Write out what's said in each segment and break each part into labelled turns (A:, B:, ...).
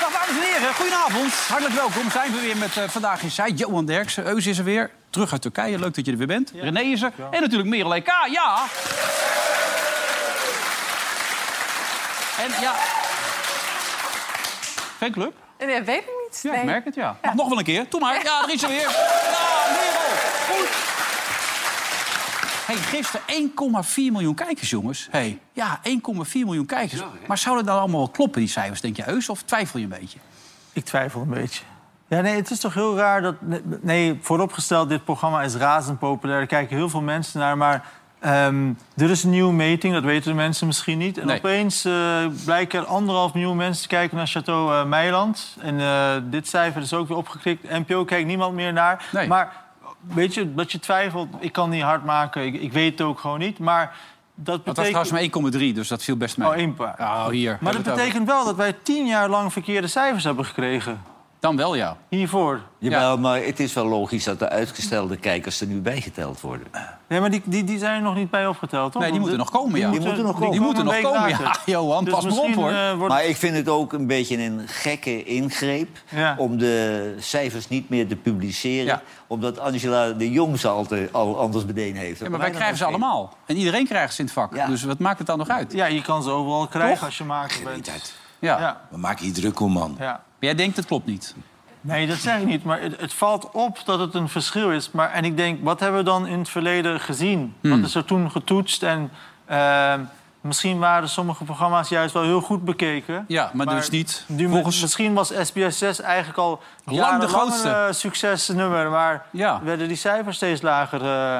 A: Dag dames en heren, goedenavond. Hartelijk welkom. Zijn we weer met eh, vandaag in Zij. Johan Derksen, Eus is er weer. Terug uit Turkije, leuk dat je er weer bent. René is er. En natuurlijk Merel EK, ja. En ja... Fanclub?
B: Nee, Eh, weet ik niet.
A: Ja,
B: Nee.
A: ik merk het, ja. Mag nog wel een keer. Doe maar. Ja, er is ze weer. Ja, Merel. Goed. Hey, gisteren 1,4 miljoen kijkers, jongens. Hey, ja, 1,4 miljoen kijkers. maar zouden dat nou allemaal wel kloppen, die cijfers, denk je, Eus? Of twijfel je een beetje?
C: Ik twijfel een beetje. Ja, nee, het is toch heel raar dat... Nee, vooropgesteld, dit programma is razend populair. Er kijken heel veel mensen naar, maar... ehm, er is een nieuwe meting, dat weten de mensen misschien niet. En
A: Nee.
C: opeens eh, blijken er anderhalf miljoen mensen te kijken naar Château eh, Meiland. En eh, dit cijfer is ook weer opgekrikt. NPO kijkt niemand meer naar.
A: Nee.
C: Maar weet je, dat je twijfelt, ik kan niet hard maken. Ik, ik weet het ook gewoon niet. Maar dat
A: Dat was
C: betekent...
A: trouwens maar 1,3, dus dat viel best mee.
C: Oh, één paar.
A: Oh, hier. hebben
C: maar dat
A: we het over.
C: betekent wel dat wij tien jaar lang verkeerde cijfers hebben gekregen.
A: Dan wel, ja.
C: Hiervoor.
D: Jawel, maar het is wel logisch dat de uitgestelde kijkers er nu bijgeteld worden.
C: Nee, maar die, die, die zijn er nog niet bij opgeteld, toch?
A: Nee, die moeten nog komen, ja.
D: Die moeten nog komen.
A: Die moeten nog
C: een
A: komen,
C: week
A: ja.
C: later.
A: Johan,
C: Dus
A: pas maar op,
C: misschien,
A: hoor.
C: eh, wordt-
D: Maar ik vind het ook een beetje een gekke ingreep...
C: Ja.
D: om de cijfers niet meer te publiceren...
A: Ja.
D: omdat Angela de Jong ze al, te- al anders beneden heeft.
A: Ja, maar wij krijgen ze allemaal. En iedereen krijgt ze in het vak.
D: Ja.
A: Dus wat maakt het dan nog uit?
C: Ja, je kan ze overal krijgen
A: Toch?
C: als je maker bent.
E: Tijd.
A: Ja.
C: Ja,
E: We maken hier druk om, man.
C: ja.
A: Maar Jij denkt, het klopt niet.
C: Nee, dat zeg ik niet. Maar het, het valt op dat het een verschil is. Maar, en ik denk, wat hebben we dan in het verleden gezien?
A: Hmm.
C: Wat is er toen getoetst? En eh, misschien waren sommige programma's juist wel heel goed bekeken.
A: Ja, maar dus niet.
C: nu-
A: Volgens-
C: Misschien was SBS 6 eigenlijk al
A: de
C: jarenlang een,
A: grootste.
C: eh, succesnummer. Maar
A: Ja.
C: werden die cijfers steeds lager eh,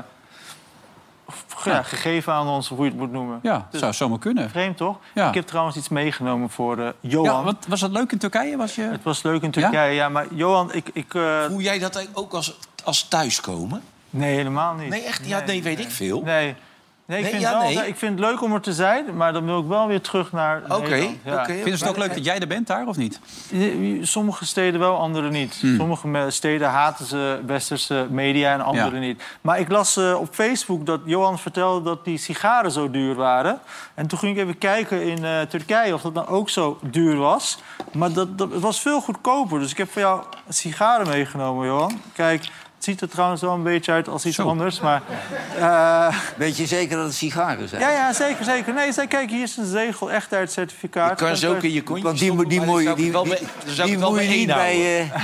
C: ge- ja, gegeven aan ons, of hoe je het moet noemen.
A: Ja,
C: Dus-
A: zou zomaar kunnen.
C: Vreemd, toch?
A: Ja.
C: Ik heb trouwens iets meegenomen voor eh, Johan.
A: Ja, wat, was dat leuk in Turkije? Was je...
C: Het was leuk in Turkije, ja, maar Johan, ik... ik eh,
E: Voel jij dat ook als, als thuiskomen?
C: nee, helemaal niet.
E: Nee, echt? Ja, nee, weet ik veel.
C: Nee. Nee, ik,
E: Nee,
C: vind
E: ja,
C: wel,
E: nee.
C: ik vind het leuk om er te zijn, maar dan wil ik wel weer terug naar
E: Oké,
C: Nederland, ja.
E: oké.
A: Vinden ze het ook leuk dat jij er bent daar, of niet?
C: Je- je- Sommige steden wel, andere niet.
E: Hmm.
C: Sommige me- steden haten ze westerse media en andere
A: Ja.
C: niet. Maar ik las eh, op Facebook dat Johan vertelde dat die sigaren zo duur waren. En toen ging ik even kijken in eh, Turkije of dat nou ook zo duur was. Maar dat, dat, het was veel goedkoper. Dus ik heb voor jou sigaren meegenomen, Johan. Kijk, het ziet er trouwens wel een beetje uit als iets
A: Zo.
C: anders. Maar, eh,
D: Weet je zeker dat het sigaren zijn?
C: ja, ja, zeker, zeker. Nee, zij- kijk, hier is een zegel, echt uit certificaat. eh,
E: Ik kan ze ook in je kontje
D: Want die, mo- die, moet je- die, die, die moet je niet bij, eh,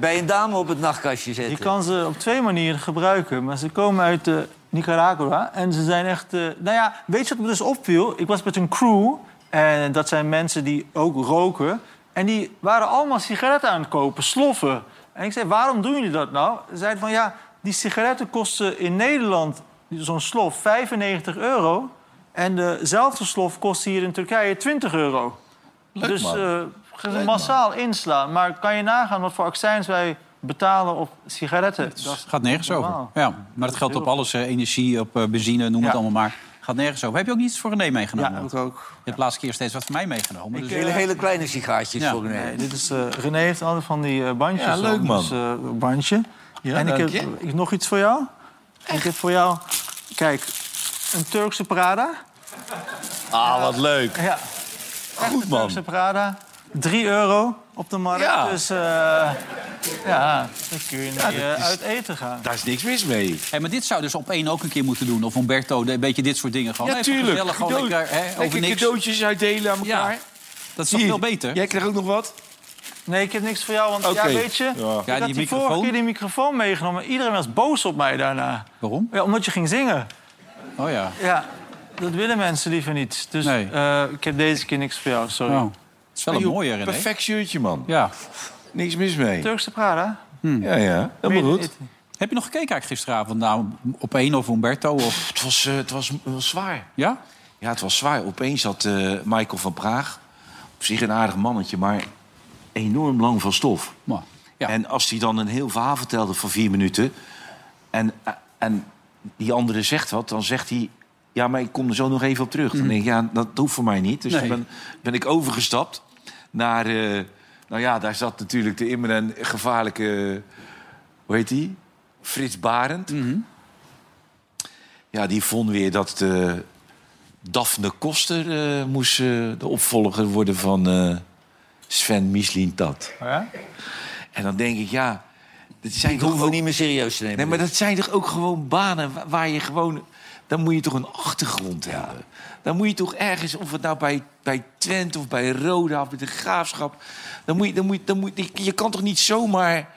D: bij een dame op het nachtkastje
C: Je
D: zetten.
C: kan ze op twee manieren gebruiken. Maar ze komen uit eh, Nicaragua en ze zijn echt... eh, nou ja, weet je wat me dus opviel? Ik was met een crew en dat zijn mensen die ook roken. En die waren allemaal sigaretten aan het kopen, sloffen. En ik zei, waarom doen jullie dat nou? Ze zeiden van, ja, die sigaretten kosten in Nederland zo'n slof 95 euro. En dezelfde slof kost hier in Turkije 20 euro. dus
E: man.
C: eh, gaan ze massaal inslaan. Maar kan je nagaan wat voor accijns wij betalen op sigaretten? Dat is-
A: Gaat nergens over.
C: normaal.
A: Ja, maar dat geldt op alles. eh, energie, op eh, benzine, noem het
C: Ja.
A: allemaal maar. Gaat nergens over. Heb je ook iets voor René meegenomen?
C: ja, eh,
A: Want
C: ik ook.
A: Je hebt de laatste keer steeds wat voor mij meegenomen. Dus
D: Hele, hele kleine sigaartjes
A: Ja.
D: voor een
C: Nee, dit is, eh, René heeft altijd van die eh, bandjes.
E: Ja, leuk,
C: om,
E: man.
C: Dus, eh, een bandje.
E: Ja,
C: en ik heb
E: dank je.
C: ik, nog iets voor jou. En Ik heb voor jou, kijk, een Turkse Prada.
E: Ah, wat leuk.
C: Ja,
E: Goed, man.
C: Turkse Prada. 3 euro op de markt.
E: Ja.
C: Dus eh, ja, dan kun je niet eh, uit eten gaan.
E: Daar is niks mis mee.
A: Hé, maar dit zou dus op één ook een keer moeten doen. Of Humberto, de- een beetje dit soort dingen. Gewoon
E: ja,
A: even
E: tuurlijk.
A: vertellen, gewoon
E: Cadeau-
A: lekker hè, over
E: lekker
A: niks.
E: cadeautjes uitdelen aan
A: Ja,
E: elkaar.
A: dat is toch
E: Hier.
A: veel beter?
E: Jij krijgt ook nog wat?
C: Nee, ik heb niks voor jou, want
E: Oké.
C: ja, weet je... Ik
A: Ja,
C: had
A: die
C: die vorige
A: microfoon.
C: keer die microfoon meegenomen. Iedereen was boos op mij daarna.
A: Waarom?
C: Ja, omdat je ging zingen.
A: Oh ja.
C: Ja, dat willen mensen liever niet. Dus
A: Nee.
C: eh, ik heb deze keer niks voor jou, sorry.
A: Oh. Het is wel een
E: Joh,
A: mooie, René.
E: Perfect shirtje, man.
A: Ja.
E: Niks mis mee.
C: Turkse Prada.
E: Ja, ja. Helemaal goed.
A: Heb je nog gekeken eigenlijk gisteravond naar op één of Humberto? Of...
E: Het was, eh, het was wel zwaar.
A: Ja?
E: Ja, het was zwaar. Opeens had eh, Michael van Praag... op zich een aardig mannetje, maar enorm lang van stof.
A: Maar, ja.
E: En als hij dan een heel verhaal vertelde van vier minuten... en, en die andere zegt wat, dan zegt hij... ja, maar ik kom er zo nog even op terug. Dan denk ik, ja, dat hoeft voor mij niet. Dus
A: Mhm. Nee.
E: dan ben, ben ik overgestapt naar... eh, nou ja, daar zat natuurlijk de imminent gevaarlijke... hoe heet die? Frits Barend.
A: Mhm.
E: Ja, die vond weer dat... eh, Daphne Koster eh, moest eh, de opvolger worden van eh, Sven Mislintat.
C: Ja?
E: En dan denk ik, ja, dat zijn
D: Ik
E: toch
D: hoef
E: ook,
D: hem niet meer serieus te nemen.
E: nee, maar dat zijn toch ook gewoon banen wa- waar je gewoon... Dan moet je toch een achtergrond hebben. Dan moet je toch ergens, of het nou bij, bij Twente of bij Roda of bij de Graafschap... Dan moet je, dan moet, je- dan moet, je- je kan toch niet zomaar...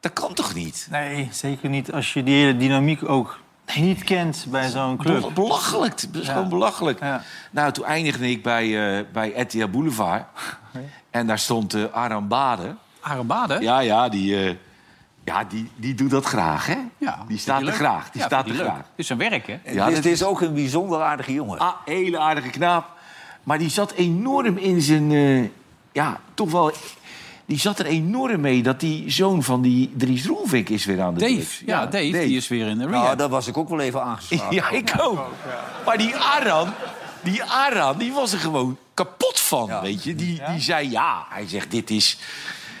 E: Dat kan toch niet?
C: Nee, zeker niet als je die hele dynamiek ook niet kent bij zo'n
E: Bel-
C: club.
E: Belachelijk. Dat is gewoon belachelijk.
C: Ja.
E: Nou, toen eindigde ik bij, eh bij Etihad Boulevard. En daar stond eh Aram Baden.
A: Arabade?
E: Ja, ja, die, eh, ja die, die doet dat graag, hè? die staat er graag. Die staat er graag.
A: Het is zijn werk, hè?
E: Ja,
D: dit,
E: dat
D: is ook een bijzonder aardige jongen.
E: Ah, hele aardige knaap. Maar die zat enorm in zijn... eh, ja, toch wel... Die zat er enorm mee dat die zoon van die Dries Roelvink is weer aan de
A: Dave,
E: druk.
A: ja, Dave, die is weer in de
D: nou,
A: rehab.
D: daar was ik ook wel even aangeslagen.
E: Ja, ik ook. Maar die Aran, die Aran, die was er gewoon kapot van, weet je. Die, die zei, ja, hij zegt, dit is,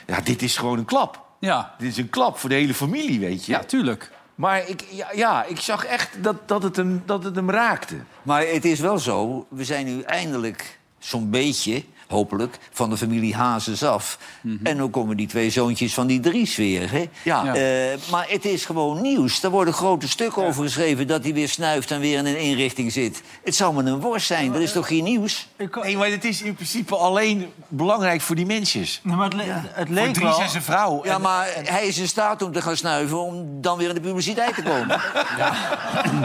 E: ja, dit is gewoon een klap.
A: Ja,
E: Dit is een klap voor de hele familie, weet je.
A: ja, tuurlijk.
E: Maar ik, ja, ja, ik zag echt dat, dat, het hem, dat het hem raakte.
D: Maar het is wel zo, we zijn nu eindelijk zo'n beetje, hopelijk, van de familie Hazes af. En dan komen die twee zoontjes van die Dries weer. Hè?
E: Ja. Ja.
D: Eh, maar het is gewoon nieuws. Daar worden grote stukken over geschreven dat hij weer snuift en weer in een inrichting zit. Het zou maar een worst zijn, dat is toch geen nieuws?
C: Ik,
E: Nee, maar het is in principe alleen belangrijk voor die mensen.
C: Nee, maar het, le- het leek
E: Dries
C: wel...
E: en zijn vrouw.
D: Ja, maar hij is in staat om te gaan snuiven om dan weer in de publiciteit te komen.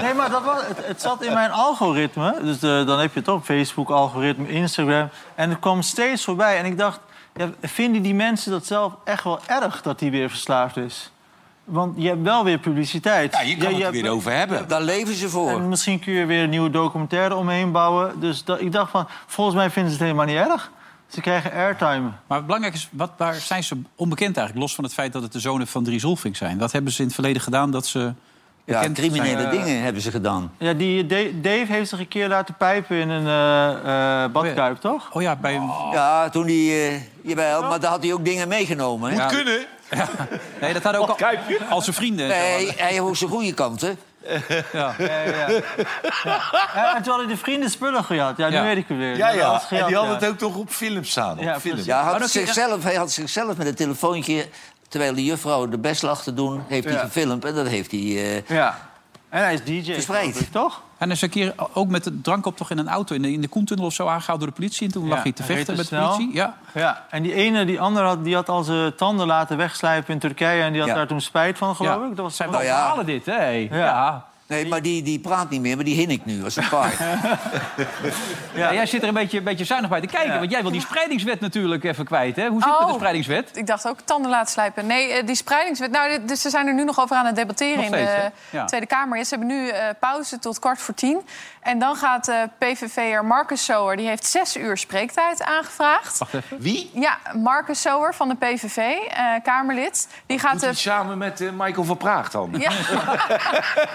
C: Nee, maar dat was, het, het zat in mijn algoritme. Dus eh, dan heb je het op Facebook, algoritme, Instagram. En het kwam steeds voorbij. En ik dacht, ja, vinden die mensen dat zelf echt wel erg dat hij weer verslaafd is? Want je hebt wel weer publiciteit.
E: Ja, je kan het er
C: hebt-
E: weer over hebben.
D: Daar leven ze voor.
C: En misschien kun je weer een nieuwe documentaire omheen bouwen. Dus dat, ik dacht van, volgens mij vinden ze het helemaal niet erg. Ze krijgen airtime.
A: Maar belangrijk is, wat, waar zijn ze onbekend eigenlijk? Los van het feit dat het de zonen van Dries Rolfink zijn. Wat hebben ze in het verleden gedaan dat ze...
D: Ja,
A: bekend
D: criminele
A: zijn?
D: dingen hebben ze gedaan.
C: Ja, die Da- Dave heeft zich een keer laten pijpen in een eh, eh, badkuip, toch?
A: Oh ja, bij een...
D: Ja, toen hij... eh, jawel, maar daar had hij ook dingen meegenomen. hè?
E: Kunnen?
A: Nee, dat hadden ook al, al zijn vrienden. en zo.
D: Nee, hij heeft ook zijn goede kanten.
C: Ja, en toen hadden de vrienden spullen gejat. Ja, nu
A: Ja.
C: weet ik het weer.
E: Ja,
C: Alles
E: ja. En
C: gejat,
E: die
C: ja.
E: hadden het ook toch op film staan.
C: Ja,
E: op film.
C: precies.
D: Ja, hij
A: Maar dan
D: had,
A: kun je-
D: zichzelf, hij had zichzelf met een telefoontje... terwijl de juffrouw de best lag te doen, heeft hij
C: Ja.
D: gefilmd. En dat heeft hij... eh,
C: Ja. En hij is DJ.
D: Verspreid.
C: geloof ik, toch?
A: En is een keer ook met de drankoptocht in een auto in de, in de Koentunnel of zo aangehouden door de politie. En toen lag
C: Ja,
A: hij te
C: hij reed
A: vechten met
C: te
A: de
C: snel.
A: politie. Ja.
C: Ja. En die ene, die andere, had, die had al zijn tanden laten wegslijpen in Turkije. En die had
A: Ja.
C: daar toen spijt van, geloof
A: ja.
C: ik. Dat was
A: zijn
C: zijn
A: wel
D: Nou ja.
A: verhalen dit, hè? Ja. Ja.
D: nee, maar die, die praat niet meer, maar die hin ik nu als een paard.
A: Jij zit er een beetje, een beetje zuinig bij te kijken. Want jij wil die spreidingswet natuurlijk even kwijt, hè? Hoe zit het met
B: Oh.
A: de spreidingswet?
B: Ik dacht ook tanden laten slijpen. Nee, eh, die spreidingswet. Nou, dit- dus ze zijn er nu nog over aan het debatteren
A: Nog
B: in
A: steeds,
B: de
A: hè? Ja.
B: Tweede Kamer. Ja, Ze hebben nu eh, pauze tot kwart voor tien. En dan gaat eh, PVV'er Marcus Sower, die heeft zes uur spreektijd aangevraagd.
E: Wie?
B: Ja, Marcus Sower van de PVV, eh, Kamerlid. Die gaat,
E: Doet hij
B: eh,
E: samen met eh, Michael van Praag dan.
B: ja.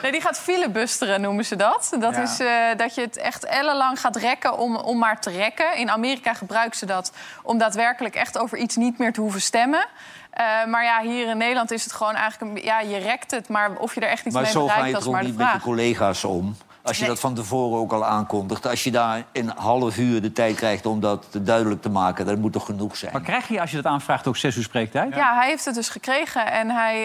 B: nee, die gaat filibusteren, noemen ze dat. Dat
C: Ja.
B: is eh, dat je het echt ellenlang gaat rekken om, om maar te rekken. In Amerika gebruiken ze dat om daadwerkelijk echt over iets niet meer te hoeven stemmen. Eh, maar ja, hier in Nederland is het gewoon eigenlijk... Een, ja, je rekt het, maar of je er echt iets
D: maar
B: mee
D: zo ga
B: bereikt,
D: je
B: dat is
D: toch
B: maar
D: ook
B: de
D: niet met je
B: vraag.
D: collega's om... als je
B: Nee.
D: dat van tevoren ook al aankondigt. Als je daar een half uur de tijd krijgt om dat duidelijk te maken... dat moet toch genoeg
A: Maar
D: zijn?
A: krijg je als je dat aanvraagt ook zes uur spreektijd?
B: Ja, hij heeft het dus gekregen. En, hij,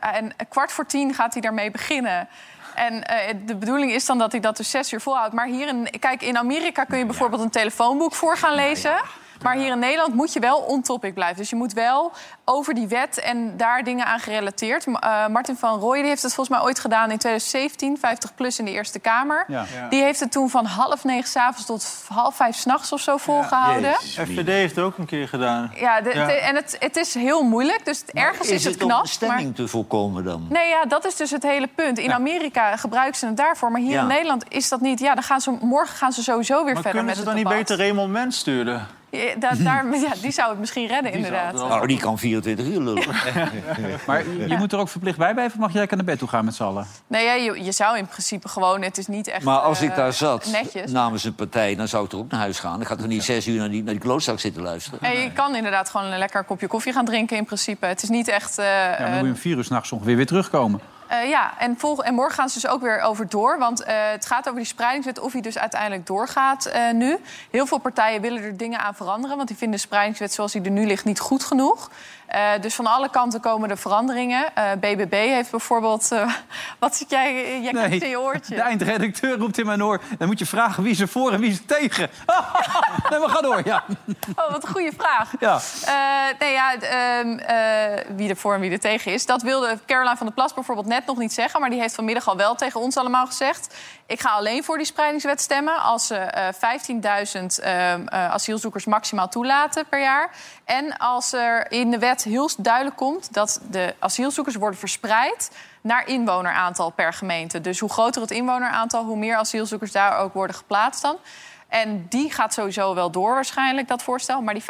B: eh, en kwart voor tien gaat hij daarmee beginnen. En eh, de bedoeling is dan dat hij dat dus zes uur volhoudt. Maar hier in, kijk, in Amerika kun je bijvoorbeeld een telefoonboek voor gaan lezen. Maar hier in Nederland moet je wel on-topic blijven. Dus je moet wel over die wet en daar dingen aan gerelateerd. M- eh, Martin van Rooij die heeft het volgens mij ooit gedaan in 2017, 50 plus in de Eerste Kamer.
A: Ja.
B: Die heeft het toen van half negen s'avonds tot half vijf s'nachts of zo volgehouden.
C: FVD heeft het ook een keer gedaan.
B: Ja, de-
C: Ja.
B: de- en het, het is heel moeilijk, dus ergens is,
D: is
B: het
D: om
B: knap.
D: een stemming te voorkomen dan?
B: Maar, nee, ja, dat is dus het hele punt. In Amerika gebruiken ze het daarvoor, maar hier
D: Ja.
B: in Nederland is dat niet. Ja, dan gaan ze, morgen gaan ze sowieso weer
C: Maar
B: verder
C: kunnen
B: met
C: ze
B: het
C: dan niet
B: debat.
C: beter Raymond Mens sturen?
B: Ja, da- daar, ja, die zou het misschien redden, inderdaad.
C: wel-
D: Oh, die kan 24 uur lullen.
A: Maar je je moet er ook verplicht bij blijven of mag je lekker naar bed toe gaan met z'n allen?
B: Nee, ja, je, je zou in principe gewoon... Het is niet echt
D: Maar als ik
B: eh,
D: daar zat
B: Netjes.
D: namens een partij, dan zou ik toch ook naar huis gaan. Ik ga toch niet zes uur naar die, naar die klootzak zitten luisteren.
B: En je kan inderdaad gewoon een lekker kopje koffie gaan drinken in principe. Het is niet echt... eh,
A: Ja, dan
B: een-
A: moet je om vier uur s'nachts ongeveer weer terugkomen.
B: Eh, ja, en, volg- en morgen gaan ze dus ook weer over door. Want eh, het gaat over die spreidingswet, of die dus uiteindelijk doorgaat eh, nu. Heel veel partijen willen er dingen aan veranderen... want die vinden de spreidingswet zoals die er nu ligt niet goed genoeg. Eh, dus van alle kanten komen er veranderingen. Eh, BBB heeft bijvoorbeeld... eh, wat zit jij... Jij knikt in je oortje.
A: de eindredacteur roept in mijn oor... dan moet je vragen wie ze voor en wie ze tegen. nee, maar ga door, ja.
B: Oh, wat een goede vraag.
A: ja.
B: Eh, nee, ja, d- ehm, eh, wie er voor en wie er tegen is. Dat wilde Caroline van der Plas bijvoorbeeld net nog niet zeggen. Maar die heeft vanmiddag al wel tegen ons allemaal gezegd. Ik ga alleen voor die spreidingswet stemmen. Als ze eh, 15.000 ehm, eh, asielzoekers maximaal toelaten per jaar. En als er in de wet heel duidelijk komt dat de asielzoekers worden verspreid naar inwoneraantal per gemeente. Dus hoe groter het inwoneraantal, hoe meer asielzoekers daar ook worden geplaatst dan. En die gaat sowieso wel door waarschijnlijk, dat voorstel. Maar die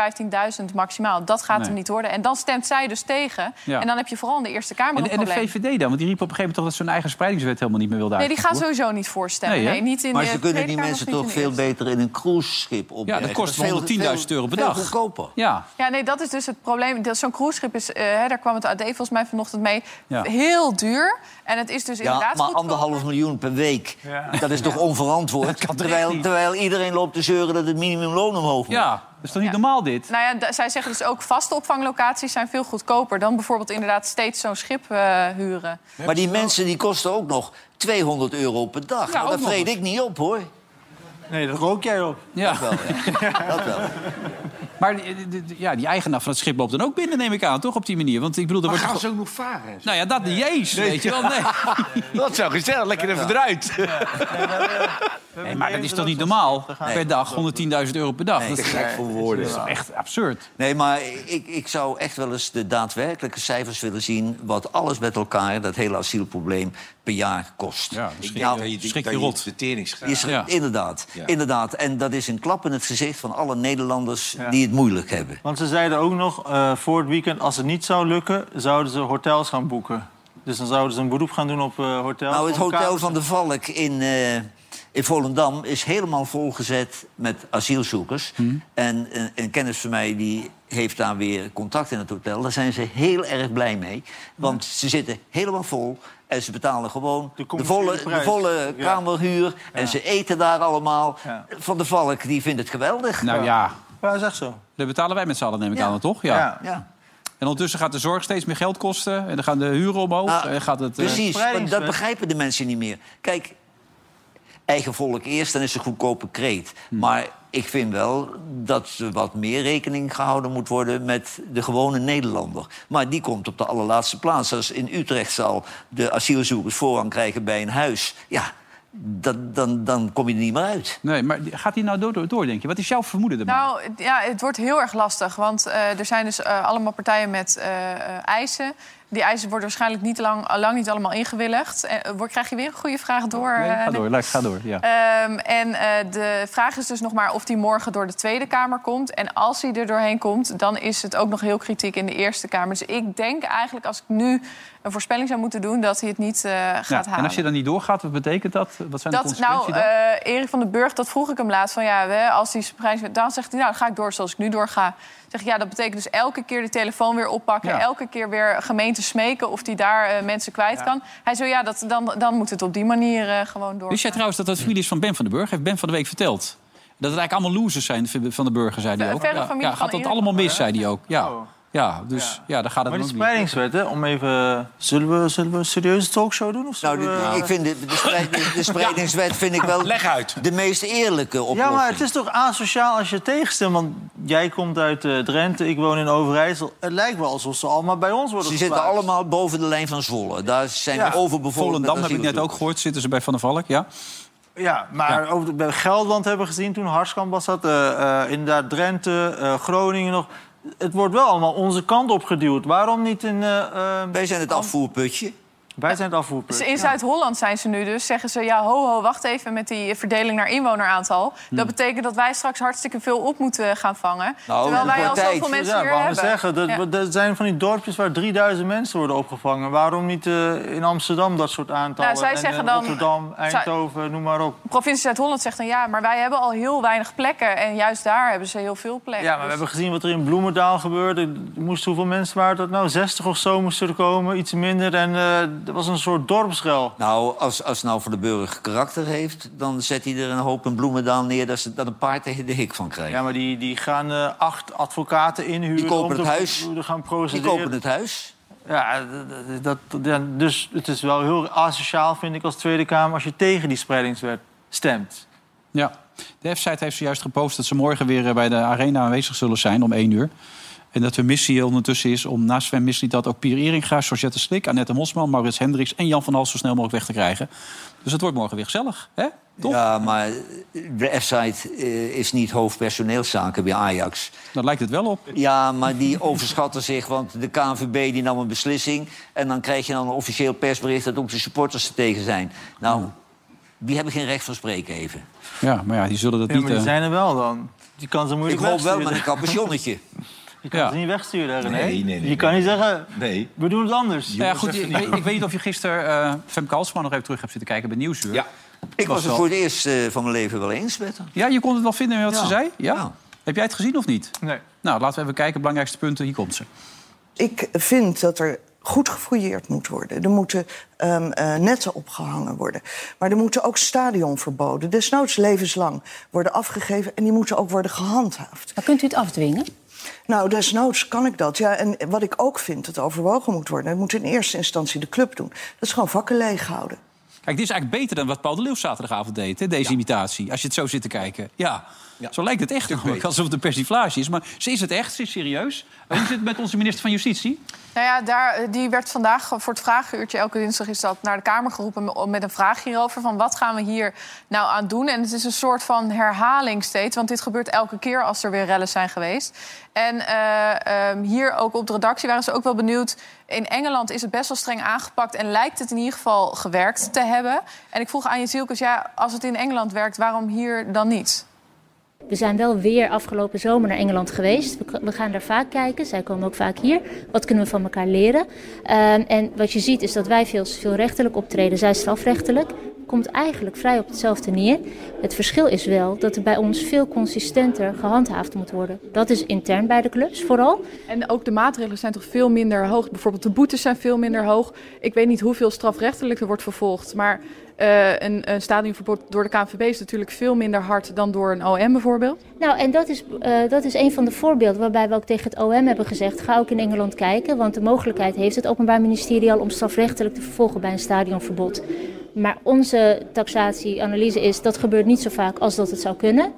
B: 15.000 maximaal, dat gaat
A: Nee.
B: hem niet worden. En dan stemt zij dus tegen.
A: Ja.
B: En dan heb je vooral in de Eerste Kamer
A: En,
B: een
A: en de
B: probleem.
A: VVD dan? Want die riep op een gegeven moment toch dat ze hun eigen spreidingswet helemaal niet meer wilde
B: Nee, die gaan
A: uitvoeren.
B: sowieso niet voorstellen.
A: Nee, hè?
B: Nee, niet in
D: Maar
B: de
D: ze
B: Tweede
D: kunnen die
B: Kamer
D: mensen
B: of niet in
D: toch
B: de
D: veel
B: Eerste.
D: beter in een cruiseschip opbrengen.
A: dat kost
D: Veel-
A: 110.000 euro per
D: veel
A: dag.
D: goedkoper.
A: Ja,
B: Ja, nee, dat is dus het probleem. Dat- Zo'n cruiseschip is, eh, hè, daar kwam het AD volgens mij vanochtend mee,
A: Ja.
B: heel duur. En het is dus
D: Ja,
B: inderdaad
D: maar
B: goedkoper.
D: anderhalf miljoen per week,
C: Ja.
D: dat is toch onverantwoord? terwijl,
A: niet?
D: terwijl iedereen loopt te zeuren dat het minimumloon omhoog moet.
A: ja, dat is toch niet normaal dit?
B: Nou ja, da- zij zeggen dus ook vaste opvanglocaties zijn veel goedkoper... dan bijvoorbeeld inderdaad steeds zo'n schip eh, huren.
D: Maar die mensen die kosten ook nog 200 euro per dag. Nou,
A: ook
D: dat
A: nog
D: vreet ik niet op, hoor.
C: Nee, dat rook jij op.
A: Ja.
D: Wel, ja. dat wel.
A: Maar die- die- die- ja, die eigenaar van het schip loopt dan ook binnen, neem ik aan, toch? Op die manier. Want ik bedoel, er
E: Maar
A: wordt...
E: gaan ze ook nog varen?
A: Nou ja, dat niet eens, weet je wel. Nee.
E: Dat zou gezellig, lekker even eruit.
A: Nee, maar dat is toch niet normaal? Per dag 110.000 euro per dag.
D: Nee,
A: dat
D: te
A: is
D: gek voor woorden.
A: echt absurd.
D: Nee, maar ik, ik zou echt wel eens de daadwerkelijke cijfers willen zien... wat alles met elkaar, dat hele asielprobleem, per jaar kost.
A: Ja,
D: Ik-
A: misschien
D: nou,
E: Dat je-
A: Schrik
E: dat
A: je
E: je
A: rot.
E: de tering schaadt.
D: is,
A: Ja.
D: inderdaad,
E: Ja.
D: inderdaad. En dat is een klap in het gezicht van alle Nederlanders die het moeilijk hebben.
C: Want ze zeiden ook nog, eh, voor het weekend, als het niet zou lukken... zouden ze hotels gaan boeken. Dus dan zouden ze een beroep gaan doen op eh hotels.
D: Nou, het
C: om
D: hotel
C: kamers-
D: van de Valk in, eh, in Volendam is helemaal volgezet met asielzoekers.
C: Hm.
D: En een, een kennis van mij die heeft daar weer contact in het hotel. Daar zijn ze heel erg blij mee. Want ze zitten helemaal vol en ze betalen gewoon
C: De
D: de,
C: commerciële
D: volle, de
C: prijs.
D: volle
C: Ja.
D: kamerhuur. En ze eten daar allemaal.
C: Ja.
D: Van de Valk die vindt het geweldig.
A: Nou ja,
C: Ja, dat is echt zo.
A: dat betalen wij met z'n allen, neem ik
D: Ja.
A: aan, toch? Ja.
C: Ja.
D: ja.
A: En ondertussen gaat de zorg steeds meer geld kosten. En dan gaan de huren omhoog.
D: Nou,
A: en gaat het, eh,
D: Precies, want dat
C: spreidingswet.
D: begrijpen de mensen niet meer. Kijk, eigen volk eerst, dan is een goedkope kreet.
A: Hmm.
D: Maar ik vind wel dat er wat meer rekening gehouden moet worden... met de gewone Nederlander. Maar die komt op de allerlaatste plaats. Als in Utrecht zal de asielzoekers voorrang krijgen bij een huis... ja, dat, dan, dan kom je er niet meer uit.
A: Nee, maar die- gaat die nou door, door, door, denk je? Wat is jouw vermoeden erbij?
B: Nou, het- ja, het wordt heel erg lastig. Want eh, er zijn dus eh, allemaal partijen met eh, eh, eisen. Die eisen worden waarschijnlijk niet lang, lang niet allemaal ingewilligd. Eh, word, krijg je weer een goede vraag door?
A: Nee,
B: eh,
A: ga
B: Nick?
A: door, Lex, ga door. Ja.
B: Ehm, en eh, de vraag is dus nog maar of die morgen door de Tweede Kamer komt. En als hij er doorheen komt, dan is het ook nog heel kritiek in de Eerste Kamer. Dus ik denk eigenlijk, als ik nu een voorspelling zou moeten doen... dat hij het niet eh, gaat
A: Ja,
B: halen.
A: En als je dan niet doorgaat, wat betekent dat? Wat zijn de
B: Dat,
A: consequenties
B: nou,
A: dan?
B: eh, Erik van den Burg, dat vroeg ik hem laatst. Van, ja, hè, als die prijs... Dan zegt hij, nou, dan ga ik door zoals ik nu doorga. Zeg ik, ja, dat betekent dus elke keer de telefoon weer oppakken...
A: Ja.
B: elke keer weer gemeente smeken of die daar eh, mensen kwijt kan. Hij zo, ja, dat, dan, dan moet het op die manier eh, gewoon door.
A: Wist jij trouwens dat dat familie is van Ben van den Burg? Heeft Ben van de Week verteld. Dat het eigenlijk allemaal losers zijn van de burger, zei hij
B: Ver-
A: ook.
B: verre
A: Ja,
B: familie
A: ja, gaat
B: van
A: dat allemaal mis,
C: hè?
A: zei hij ook.
C: Oh.
A: Ja, ja dus ja, daar gaat het
C: Maar die
A: ook niet.
C: spreidingswet, hè, om even... Zullen we, zullen we een serieuze talkshow doen? Of
D: Nou,
C: zullen we-
D: de- ik vind de, de, spreid- de- de spreidingswet vind ik wel
E: Leg uit.
D: de meest eerlijke oplossing.
C: Ja, maar het is toch asociaal als je tegenstemt? Want jij komt uit eh, Drenthe, ik woon in Overijssel. Het lijkt wel alsof ze allemaal bij ons worden
D: Ze zitten
C: geplaatst.
D: allemaal boven de lijn van Zwolle. Daar zijn
C: Ja.
D: we overbevolkt met
A: Volendam heb ik net
D: asielzoekers.
A: ook gehoord, zitten ze bij Van der Valk, ja?
C: Ja, maar ook bij Gelderland hebben we gezien toen Harskamp was dat. eh, eh, inderdaad, Drenthe, eh, Groningen nog. Het wordt wel allemaal onze kant op geduwd. Waarom niet in... eh, eh,
D: Wij zijn het afvoerputje.
C: Wij zijn het afvoerpunt.
B: Dus in Zuid-Holland zijn ze nu dus, zeggen ze... ja, ho, ho, wacht even met die verdeling naar inwoneraantal.
A: Hmm.
B: Dat betekent dat wij straks hartstikke veel op moeten eh, gaan vangen.
D: Nou,
B: terwijl
D: de
B: wij al
D: partij-
B: zoveel mensen
C: ja,
B: hier
C: wou
B: hebben.
C: maar zeggen, dat,
B: Ja.
C: dat zijn van die dorpjes waar 3000 mensen worden opgevangen. Waarom niet eh, in Amsterdam dat soort aantallen?
B: Nou, zij
C: En, eh,
B: zeggen dan-
C: Rotterdam, Eindhoven, noem maar op.
B: De provincie Zuid-Holland zegt dan ja, maar wij hebben al heel weinig plekken. En juist daar hebben ze heel veel plekken.
C: Ja, maar we
B: Dus-
C: hebben gezien wat er in Bloemendaal gebeurde. Er Moest, hoeveel mensen waren dat nou? 60 of zo moesten er komen, iets minder. En eh er was een soort dorpsrel.
D: Nou, als, als nou Van de Burg karakter heeft... dan zet hij er een hoop in Bloemendaal neer... dat ze dat een paard tegen de hik van krijgen.
C: Ja, maar die, die gaan eh, acht advocaten inhuren.
D: Die kopen
C: om te-
D: het huis.
C: om te gaan
D: Die
C: procederen.
D: kopen het huis.
C: Ja, d- d- dat, ja, dus het is wel heel asociaal, vind ik, als Tweede Kamer... als je tegen die spreidingswet stemt.
A: Ja. De F-site heeft zojuist gepost dat ze morgen weer eh, bij de Arena aanwezig zullen zijn om 1 uur. En dat hun missie ondertussen is om naast Sven Missie dat ook Pier Eringa, Georgette Slik, Annette Mosman, Maurits Hendricks en Jan van Hals zo snel mogelijk weg te krijgen. Dus het wordt morgen weer gezellig, hè? Toch?
D: Ja, maar de F-site eh, is niet hoofdpersoneelszaken bij Ajax.
A: Dat lijkt het wel op.
D: Ja, maar die overschatten zich, want de KNVB die nam een beslissing... en dan krijg je dan een officieel persbericht dat ook de supporters er tegen zijn. Nou, die hebben geen recht van spreken even.
A: Ja, maar ja, die zullen dat
C: Ja,
A: niet.
C: maar die
A: eh,
C: zijn er wel dan. Die kan ze
D: Ik
C: moeilijk
D: hoop wel
C: wegsturen.
D: met een capuchonnetje.
C: Je kan
A: Ja.
C: ze niet wegsturen, René.
E: Nee, nee, nee,
C: je kan
E: nee.
C: niet zeggen,
E: Nee.
C: we doen het anders.
A: Nou ja, goed, ik, ik- ik weet niet of je gisteren eh, Fem Kalsman nog even terug hebt zitten kijken bij Nieuwsuur.
E: Ja.
D: Ik was
A: Was
D: het
A: wel-
D: voor het eerst eh, van mijn leven wel eens met hem.
A: Ja, je kon het wel vinden wat
D: Ja.
A: ze zei? Ja?
D: Ja.
A: Heb jij het gezien of niet?
C: Nee.
A: Nou, laten we even kijken. Belangrijkste punten, hier komt ze.
F: Ik vind dat er goed gefouilleerd moet worden. Er moeten ehm, eh, netten opgehangen worden. Maar er moeten ook stadionverboden, desnoods levenslang, worden afgegeven. En die moeten ook worden gehandhaafd.
G: Maar kunt u het afdwingen?
F: Nou, desnoods kan ik dat. Ja, en wat ik ook vind dat overwogen moet worden... dat moet in eerste instantie de club doen. Dat is gewoon vakken leeghouden.
A: Kijk, dit is eigenlijk beter dan wat Paul de Leeuw zaterdagavond deed, hè, deze imitatie. Als je het zo zit te kijken. Ja, zo lijkt het echt. Namelijk, alsof het een persiflage is. Maar ze is het echt, ze is serieus. Hoe zit het met onze minister van Justitie?
B: Nou ja, daar, eh, die werd vandaag voor het vragenuurtje, elke dinsdag is dat, naar de Kamer geroepen met- met een vraag hierover. Van wat gaan we hier nou aan doen? En het is een soort van herhaling steeds, want dit gebeurt elke keer als er weer rellen zijn geweest. En eh, ehm, hier ook op de redactie waren ze ook wel benieuwd. In Engeland is het best wel streng aangepakt en lijkt het in ieder geval gewerkt te hebben. En ik vroeg aan je Zielkes, ja, als het in Engeland werkt, waarom hier dan niet?
G: We zijn wel weer afgelopen zomer naar Engeland geweest. We, we gaan daar vaak kijken. Zij komen ook vaak hier. Wat kunnen we van elkaar leren? Ehm, en wat je ziet is dat wij veel, veel rechtelijk optreden, zij strafrechtelijk. Komt eigenlijk vrij op hetzelfde neer. Het verschil is wel dat er bij ons veel consistenter gehandhaafd moet worden. Dat is intern bij de clubs vooral.
H: En ook de maatregelen zijn toch veel minder hoog. Bijvoorbeeld de boetes zijn veel minder hoog. Ik weet niet hoeveel strafrechtelijk er wordt vervolgd. Maar eh, een, een stadionverbod door de KNVB is natuurlijk veel minder hard dan door een OM bijvoorbeeld.
G: Nou, en dat is, eh, dat is een van de voorbeelden waarbij we ook tegen het OM hebben gezegd: ga ook in Engeland kijken, want de mogelijkheid heeft het Openbaar Ministerie al om strafrechtelijk te vervolgen bij een stadionverbod. Maar onze taxatie, analyse is dat gebeurt niet zo vaak als dat het zou kunnen.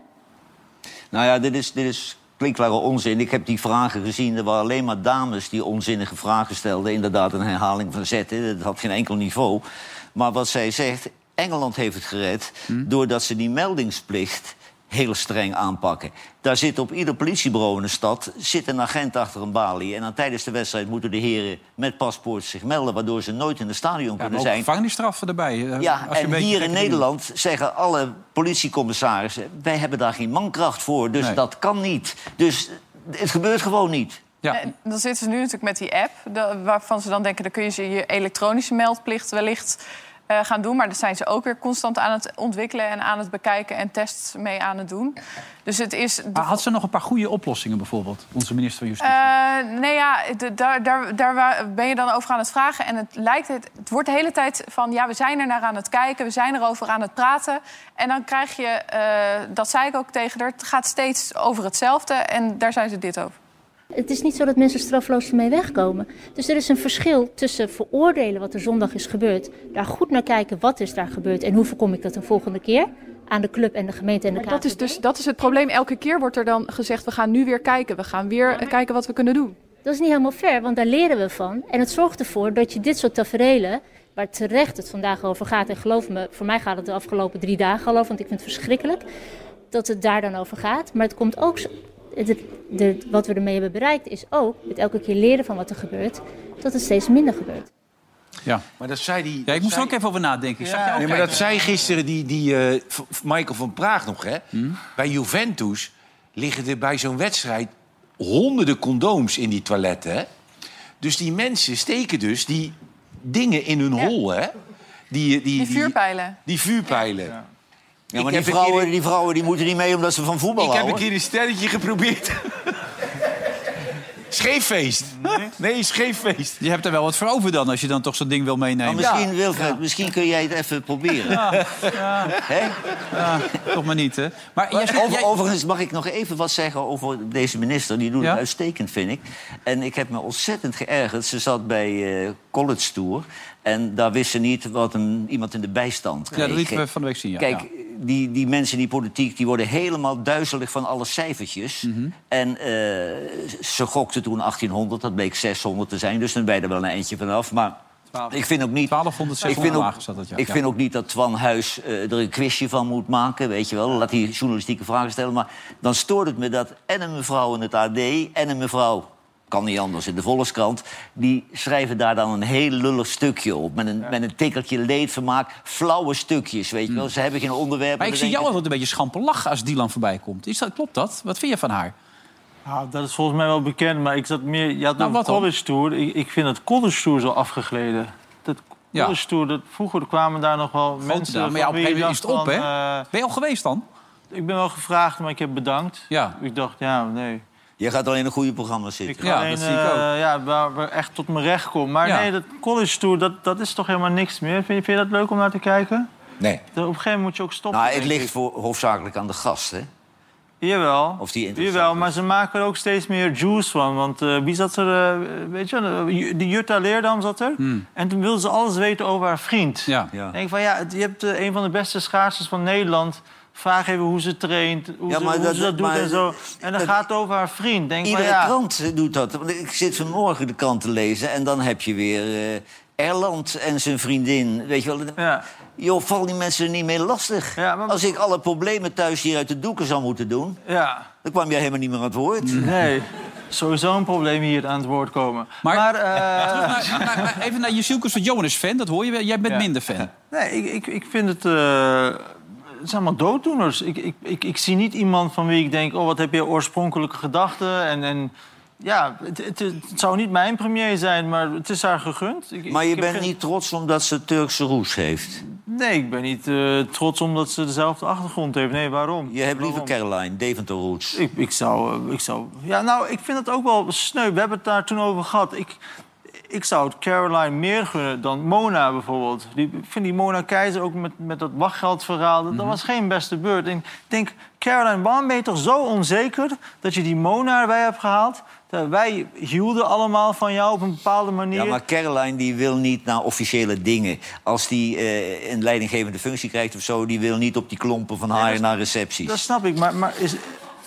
D: Nou ja, dit is, dit is klinklare onzin. Ik heb die vragen gezien. Er waren alleen maar dames die onzinnige vragen stelden. Inderdaad, een herhaling van zetten. Dat had geen enkel niveau. Maar wat zij zegt, Engeland heeft het gered... doordat ze die meldingsplicht heel streng aanpakken. Daar zit op ieder politiebureau in de stad zit een agent achter een balie. En dan tijdens de wedstrijd moeten de heren met paspoort zich melden... waardoor ze nooit in het stadion
A: Ja,
D: kunnen
A: maar ook
D: zijn.
A: gevangenisstraffen erbij. eh,
D: Ja,
A: als je een
D: en
A: beetje
D: hier in
A: gekke
D: Nederland zeggen alle politiecommissarissen... wij hebben daar geen mankracht voor, dus
A: Nee.
D: dat kan niet. Dus het gebeurt gewoon niet.
A: dingen doet. Ja.
B: En dan zitten ze nu natuurlijk met die app, de- waarvan ze dan denken... dan kun je ze je elektronische meldplicht wellicht eh, gaan doen. Maar daar zijn ze ook weer constant aan het ontwikkelen... en aan het bekijken en tests mee aan het doen. Dus het is...
A: Maar Ah, had ze nog een paar goede oplossingen bijvoorbeeld, onze minister van Justitie?
B: Eh, nee, ja, d- daar, daar, daar wa- ben je dan over aan het vragen. En het, lijkt het, het wordt de hele tijd van... ja, we zijn er naar aan het kijken, we zijn erover aan het praten. En dan krijg je, eh, dat zei ik ook tegen haar... het gaat steeds over hetzelfde en daar zijn ze dit over.
G: Het is niet zo dat mensen strafloos ermee wegkomen. Dus er is een verschil tussen veroordelen wat er zondag is gebeurd, daar goed naar kijken wat is daar gebeurd en hoe voorkom ik dat een volgende keer aan de club en de gemeente en de
H: Maar dat is
G: KNVB.
H: dus dat is het probleem. Elke keer wordt er dan gezegd, we gaan nu weer kijken. We gaan weer eh, kijken wat we kunnen doen.
G: Dat is niet helemaal fair, want daar leren we van. En het zorgt ervoor dat je dit soort taferelen, waar terecht het vandaag over gaat... en geloof me, voor mij gaat het de afgelopen drie dagen al over, want ik vind het verschrikkelijk... dat het daar dan over gaat. Maar het komt ook... zo- het- het- de- wat we ermee hebben bereikt is ook, met elke keer leren van wat er gebeurt... dat het steeds minder gebeurt.
A: Ja.
E: Maar dat zei die...
A: ja, ik moest er
E: zei-
A: ook even over nadenken. Ik zag jou ook
E: nee, maar
A: kijken.
E: dat zei gisteren die, die eh, v- v- Michael van Praag nog, hè? Bij Juventus liggen er bij zo'n wedstrijd honderden condooms in die toiletten, hè? Dus die mensen steken dus die dingen in hun hol, hè? Die, die,
B: Die vuurpijlen.
E: Die vuurpijlen.
D: Ja, maar die
E: Ik heb een keer-
D: vrouwen, die vrouwen die moeten niet mee omdat ze van voetbal
E: Ik heb
D: houden.
E: een keer een stelletje geprobeerd. Scheeffeest. Nee, scheeffeest.
A: Je hebt er wel wat voor over dan, als je dan toch zo'n ding wil meenemen.
D: Maar misschien, Wilfred, misschien kun jij het even proberen. Hè?
A: Toch maar niet, hè? Maar jij,
D: Over-
A: jij-
D: Overigens mag ik nog even wat zeggen over deze minister. Die doet
A: Ja?
D: het uitstekend, vind ik. En ik heb me ontzettend geërgerd. Ze zat bij eh, College Tour. En daar wist ze niet wat een, iemand in de bijstand kreeg.
A: ja, dat lieten we van de week zien, ja.
D: Kijk,
A: Ja.
D: die, die mensen in die politiek die worden helemaal duizelig van alle cijfertjes.
A: Mhm.
D: En eh, ze gokte toen 1800, dat bleek 600 te zijn. Dus dan ben je er wel een eindje vanaf. Maar
A: Twaalf-
D: ik vind ook niet...
A: 1200,
D: ik vind
A: 600
D: ook,
A: lager zat dat, ja.
D: ik
A: Ja.
D: vind ook niet dat Twan Huis eh, er een quizje van moet maken, weet je wel. Laat hij journalistieke vragen stellen. Maar dan stoort het me dat en een mevrouw in het AD en een mevrouw... kan niet anders, in de Volkskrant... die schrijven daar dan een heel lullig stukje op. Met een, met een tikkeltje leedvermaak, flauwe stukjes, weet je wel. Ze hebben geen onderwerp.
A: Maar ik zie jou altijd een beetje schamper lachen als Dylan voorbij komt. Is dat, klopt dat? Wat vind je van haar?
C: Nou, dat is volgens mij wel bekend, maar ik zat meer... Je had
A: Nou,
C: nog
A: wat dan?
C: college tour. Ik, ik vind het college tour zo afgegleden. Dat
A: Ja.
C: college tour, dat, vroeger kwamen daar nog wel mensen...
A: dagen, maar ja,
C: van
A: op een
C: wie
A: gegeven moment
C: je dacht
A: is het op,
C: van,
A: Ben je al geweest dan?
C: eh, ik ben wel gevraagd, maar ik heb bedankt.
A: Ja.
C: Ik dacht, ja, nee.
D: Je gaat alleen in een goede programma zitten.
C: Ik
A: Ja,
C: ga alleen,
A: dat zie ik ook.
C: eh, ja, waar, waar echt tot mijn recht kom. Maar
A: Ja.
C: nee, dat college tour, dat, dat is toch helemaal niks meer. Vind je, vind je dat leuk om naar te kijken?
E: Nee.
C: Dan Op een gegeven moment moet je ook stoppen.
D: Nou, het
C: denk ik.
D: ligt voor, hoofdzakelijk aan de gast, hè?
C: Jawel.
D: Of die interessant
C: Jawel,
D: is.
C: maar ze maken er ook steeds meer juice van. Want eh, wie zat er? eh, weet je, wel, eh, Ju- die Jutta Leerdam zat er. En toen wilde ze alles weten over haar vriend.
A: Hmm. Ja.
D: Ja.
C: Ik denk van ja, het- je hebt eh, een van de beste schaatsers van Nederland. Vraag even hoe ze traint, hoe,
D: Ja,
C: ze,
D: maar
C: hoe
D: dat-
C: ze dat doet
D: maar-
C: en zo. En dan
D: dat-
C: gaat het over haar vriend. Denk van
D: Iedere
C: ja.
D: krant eh, doet dat. Want ik zit vanmorgen de krant te lezen en dan heb je weer eh, Erland en zijn vriendin. Weet je wel?
C: Ja.
D: Joh, val die mensen er niet mee lastig.
C: Ja, maar-
D: Als ik alle problemen thuis hier uit de doeken zou moeten doen...
C: ja.
D: dan kwam jij helemaal niet meer aan het woord.
C: Nee, sowieso een probleem hier aan het woord komen.
A: Maar-
C: Maar, eh,
A: Maar- maar- maar even naar Jezielkus van Jonas fan, dat hoor je wel. Jij bent
C: Ja.
A: minder fan.
C: Nee, ik, ik, ik vind het. eh, het zijn allemaal dooddoeners. Ik, ik, ik, ik zie niet iemand van wie ik denk: oh, wat heb je oorspronkelijke gedachten? En, en ja, het, het, het zou niet mijn premier zijn, maar het is haar gegund. Ik-
D: Maar
C: ik
D: je
C: heb
D: bent
C: geen-
D: niet trots omdat ze Turkse roes heeft.
C: Nee, ik ben niet eh, trots omdat ze dezelfde achtergrond heeft. Nee, waarom?
D: Je hebt liever
C: Waarom?
D: Caroline, Deventer roes.
C: Ik, ik, zou, eh, ik zou. Ja, nou, ik vind het ook wel sneu. We hebben het daar toen over gehad. Ik, ik zou het Caroline meer gunnen dan Mona bijvoorbeeld. Die, ik vind die Mona Keizer ook met, met dat wachtgeldverhaal. Dat,
D: Mhm.
C: dat was geen beste beurt. En Ik denk, Caroline, waarom ben je toch zo onzeker dat je die Mona erbij hebt gehaald? Dat wij hielden allemaal van jou op een bepaalde manier.
D: Ja, maar Caroline die wil niet naar officiële dingen. Als die eh, een leidinggevende functie krijgt of zo... die wil niet op die klompen van haar naar recepties.
C: Dat snap ik, maar, maar is,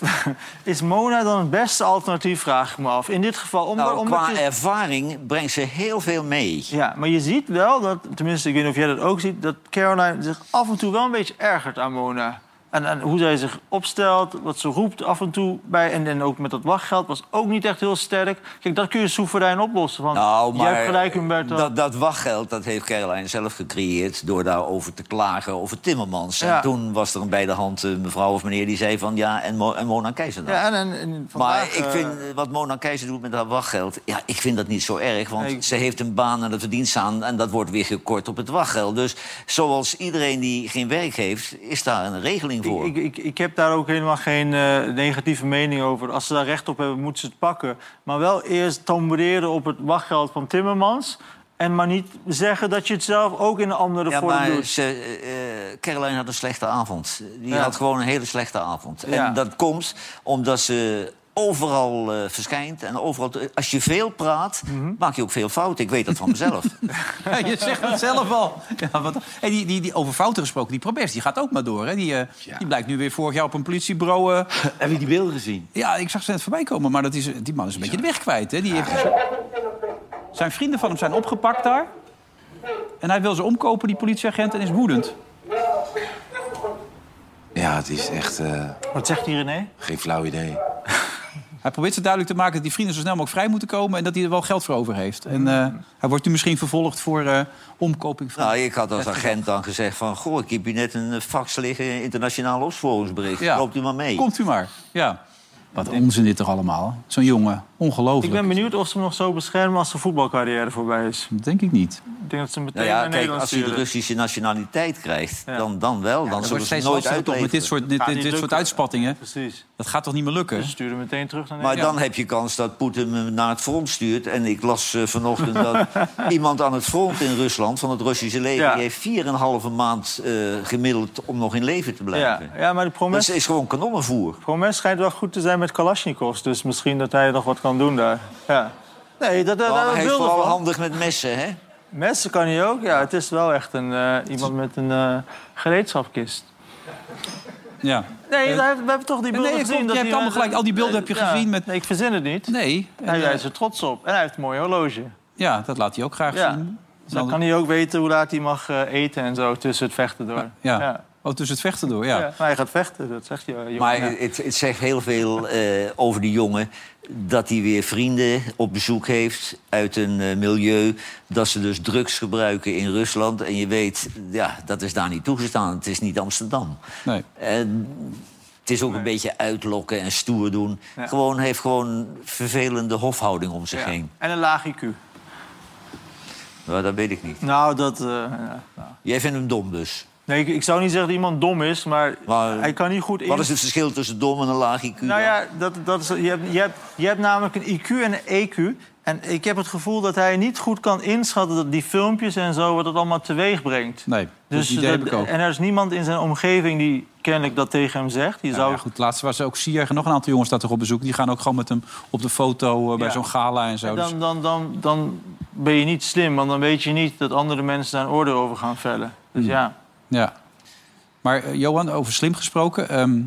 C: is Mona dan het beste alternatief? Vraag ik me af. In dit geval, om,
D: Nou,
C: omdat
D: qua
C: je-
D: ervaring brengt ze heel veel mee.
C: Ja, maar je ziet wel dat, tenminste, ik weet niet of jij dat ook ziet, dat Caroline zich af en toe wel een beetje ergert aan Mona. En, en hoe zij zich opstelt, wat ze roept af en toe bij. En, en ook met dat wachtgeld was ook niet echt heel sterk. Kijk, dat kun je soeverein oplossen. Want
D: Nou, maar
C: jij hebt gelijk, Humberto.
D: Dat, dat wachtgeld dat heeft Caroline zelf gecreëerd... door daarover te klagen over Timmermans. En
C: Ja.
D: toen was er een bij de hand eh, mevrouw of meneer die zei van... ja, en, Mo- en Mona Keizer dan.
C: ja, en, en, en
D: maar
C: vandaag,
D: ik
C: eh,
D: vind eh, wat Mona Keizer doet met haar wachtgeld... ja, ik vind dat niet zo erg, want
C: Nee, ik-
D: ze heeft een baan en dat verdient ze aan... en dat wordt weer gekort op het wachtgeld. Dus zoals iedereen die geen werk heeft, is daar een regeling voor.
C: Ik, ik, ik, ik heb daar ook helemaal geen eh, negatieve mening over. Als ze daar recht op hebben, moeten ze het pakken. Maar wel eerst tamboureren op het wachtgeld van Timmermans. En maar niet zeggen dat je het zelf ook in een andere
D: Ja,
C: vorm
D: maar
C: doet.
D: ze, eh, eh, Caroline had een slechte avond. Die
C: Ja.
D: had gewoon een hele slechte avond.
C: Ja.
D: En dat komt omdat ze overal eh, verschijnt. En overal, als je veel praat,
C: Mhm.
D: maak je ook veel fouten. Ik weet dat van mezelf.
A: je zegt het zelf al. Ja, wat, hey, die, die, die over fouten gesproken, die Probest, die gaat ook maar door. Hè? Die, eh, die blijkt nu weer vorig jaar op een politiebureau... eh,
E: Heb je die beelden gezien?
A: Ja, ik zag ze net voorbij komen, maar dat is, die man is een beetje de weg kwijt. Hè? Die heeft... dus Zijn vrienden van hem zijn opgepakt daar. En hij wil ze omkopen, die politieagent, en is woedend.
E: Ja, het is echt eh,
D: eh,
C: Wat zegt hij, René?
E: geen flauw idee.
A: Hij probeert ze duidelijk te maken dat die vrienden zo snel mogelijk vrij moeten komen... en dat hij er wel geld voor over heeft. En eh, hij wordt nu misschien vervolgd voor eh, omkoping van...
D: Nou, ik had als agent dan gezegd van... goh, ik heb hier net een eh, fax liggen, internationaal opsporingsbericht.
A: Ja.
D: Loopt u maar mee.
A: Komt u maar. Ja. Wat onzin dit toch allemaal? Zo'n jongen. Ongelooflijk.
C: Ik ben benieuwd of ze hem nog zo beschermen als zijn voetbalcarrière voorbij is.
A: Dat denk ik niet.
C: Ik denk dat ze hem meteen
D: Nou ja,
C: naar
D: kijk,
C: Nederland
D: als hij de
C: sturen.
D: Russische nationaliteit krijgt,
C: Ja.
D: dan, dan wel. Dan
A: Dat wordt
D: zullen ze hem
A: steeds
D: nooit
A: lastiger toch
D: uitleveren.
A: met dit soort, dit,
C: Gaat
A: dit,
C: niet
A: dit soort
C: lukken.
A: uitspattingen.
C: Precies.
A: Dat gaat toch niet meer lukken?
C: Ze sturen hem meteen terug naar
D: Maar
C: Nederland.
D: dan heb je kans dat Poetin hem naar het front stuurt. En ik las eh, vanochtend dat iemand aan het front in Rusland... van het Russische leger,
C: Ja.
D: die heeft 4,5 maand eh, gemiddeld om nog in leven te blijven.
C: ja. ja, maar de
D: Dat is,
C: promes,
D: is gewoon kanonnenvoer.
C: promes schijnt wel goed te zijn met Kalashnikovs. Dus misschien dat hij nog wat kan doen daar. Ja. Nee, dat, dat,
D: Maar
C: dat
D: hij is
C: wilde
D: vooral
C: van.
D: handig met messen, hè?
C: Mensen kan hij ook. Ja, het is wel echt een, eh, iemand met een eh, gereedschapkist.
A: Ja.
C: Nee,
A: Eh,
C: we hebben we hebben toch die
A: nee,
C: beelden
A: klopt.
C: gezien.
A: Je
C: dat
A: hebt
C: hij- eh,
A: allemaal gelijk. Al die beelden heb je
C: Ja.
A: gezien met-
C: Nee, ik verzin het niet.
A: Nee. En,
C: Hij, hij
A: eh,
C: is er trots op. En hij heeft een mooi horloge.
A: ja, dat laat hij ook graag
C: Ja.
A: zien.
C: Dus dan kan hij ook weten hoe laat hij mag eh, eten en zo tussen het vechten door.
A: ja. Oh, tussen het vechten door, ja.
C: Ja, Maar hij gaat vechten, dat zegt je jongen.
D: Maar
C: Ja.
D: het, het zegt heel veel eh, over die jongen. Dat hij weer vrienden op bezoek heeft uit een eh, milieu. Dat ze dus drugs gebruiken in Rusland. En je weet, ja, dat is daar niet toegestaan. Het is niet Amsterdam.
A: Nee.
D: En Eh, het is ook een beetje uitlokken en stoer doen. Gewoon hij heeft gewoon vervelende hofhouding om zich
C: Ja.
D: heen.
C: En een laag IQ.
D: Maar dat weet ik niet.
C: Nou, dat... eh, ja, nou.
D: Jij vindt hem dom dus.
C: Nee, ik, ik zou niet zeggen dat iemand dom is, maar,
D: Maar,
C: hij kan niet goed in...
D: Wat is het verschil tussen dom en een laag IQ?
C: Nou
D: dan?
C: ja, dat, dat is, je, hebt, je, hebt, je hebt namelijk een IQ en een EQ. En ik heb het gevoel dat hij niet goed kan inschatten... dat die filmpjes en zo, wat het allemaal teweeg brengt.
A: Nee, dus die idee
C: dat-
A: heb ik ook.
C: En er is niemand in zijn omgeving die kennelijk dat tegen hem zegt.
A: Nou
C: Die
A: Ja,
C: zou
A: ja, goed, laatst was er ook Sier en nog een aantal jongens dat er op bezoek. Die gaan ook gewoon met hem op de foto eh, bij
C: Ja.
A: zo'n gala en zo. Dus-
C: Dan, dan, dan, dan ben je niet slim, want dan weet je niet dat andere mensen daar een oordeel over gaan vellen. Dus ja.
A: ja. Maar eh, Johan, over slim gesproken. ehm,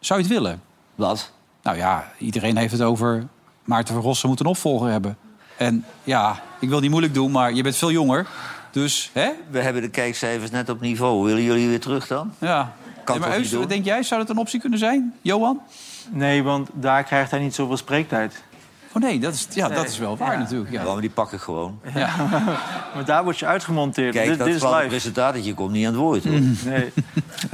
A: zou je het willen?
D: Wat?
A: Nou ja, iedereen heeft het over Maarten van Rossum moet een opvolger hebben. En ja, ik wil niet moeilijk doen, maar je bent veel jonger. Dus, hè?
D: We hebben de kijkcijfers net op niveau. Willen jullie weer terug dan?
A: Ja.
D: toch
A: maar
D: niet
A: Eus,
D: doen?
A: wat denk jij? Zou dat een optie kunnen zijn, Johan?
C: Nee, want daar krijgt hij niet zoveel spreektijd.
A: Oh nee, dat is, ja, dat is wel waar natuurlijk.
D: Ja,
A: Ja.
D: maar die pak ik gewoon.
C: Maar daar word je uitgemonteerd.
D: Kijk,
C: dit,
D: dat
C: dit is
D: flauwe
C: live. Mm.
D: resultaat dat je komt niet aan het woord. hoor.
C: Nee.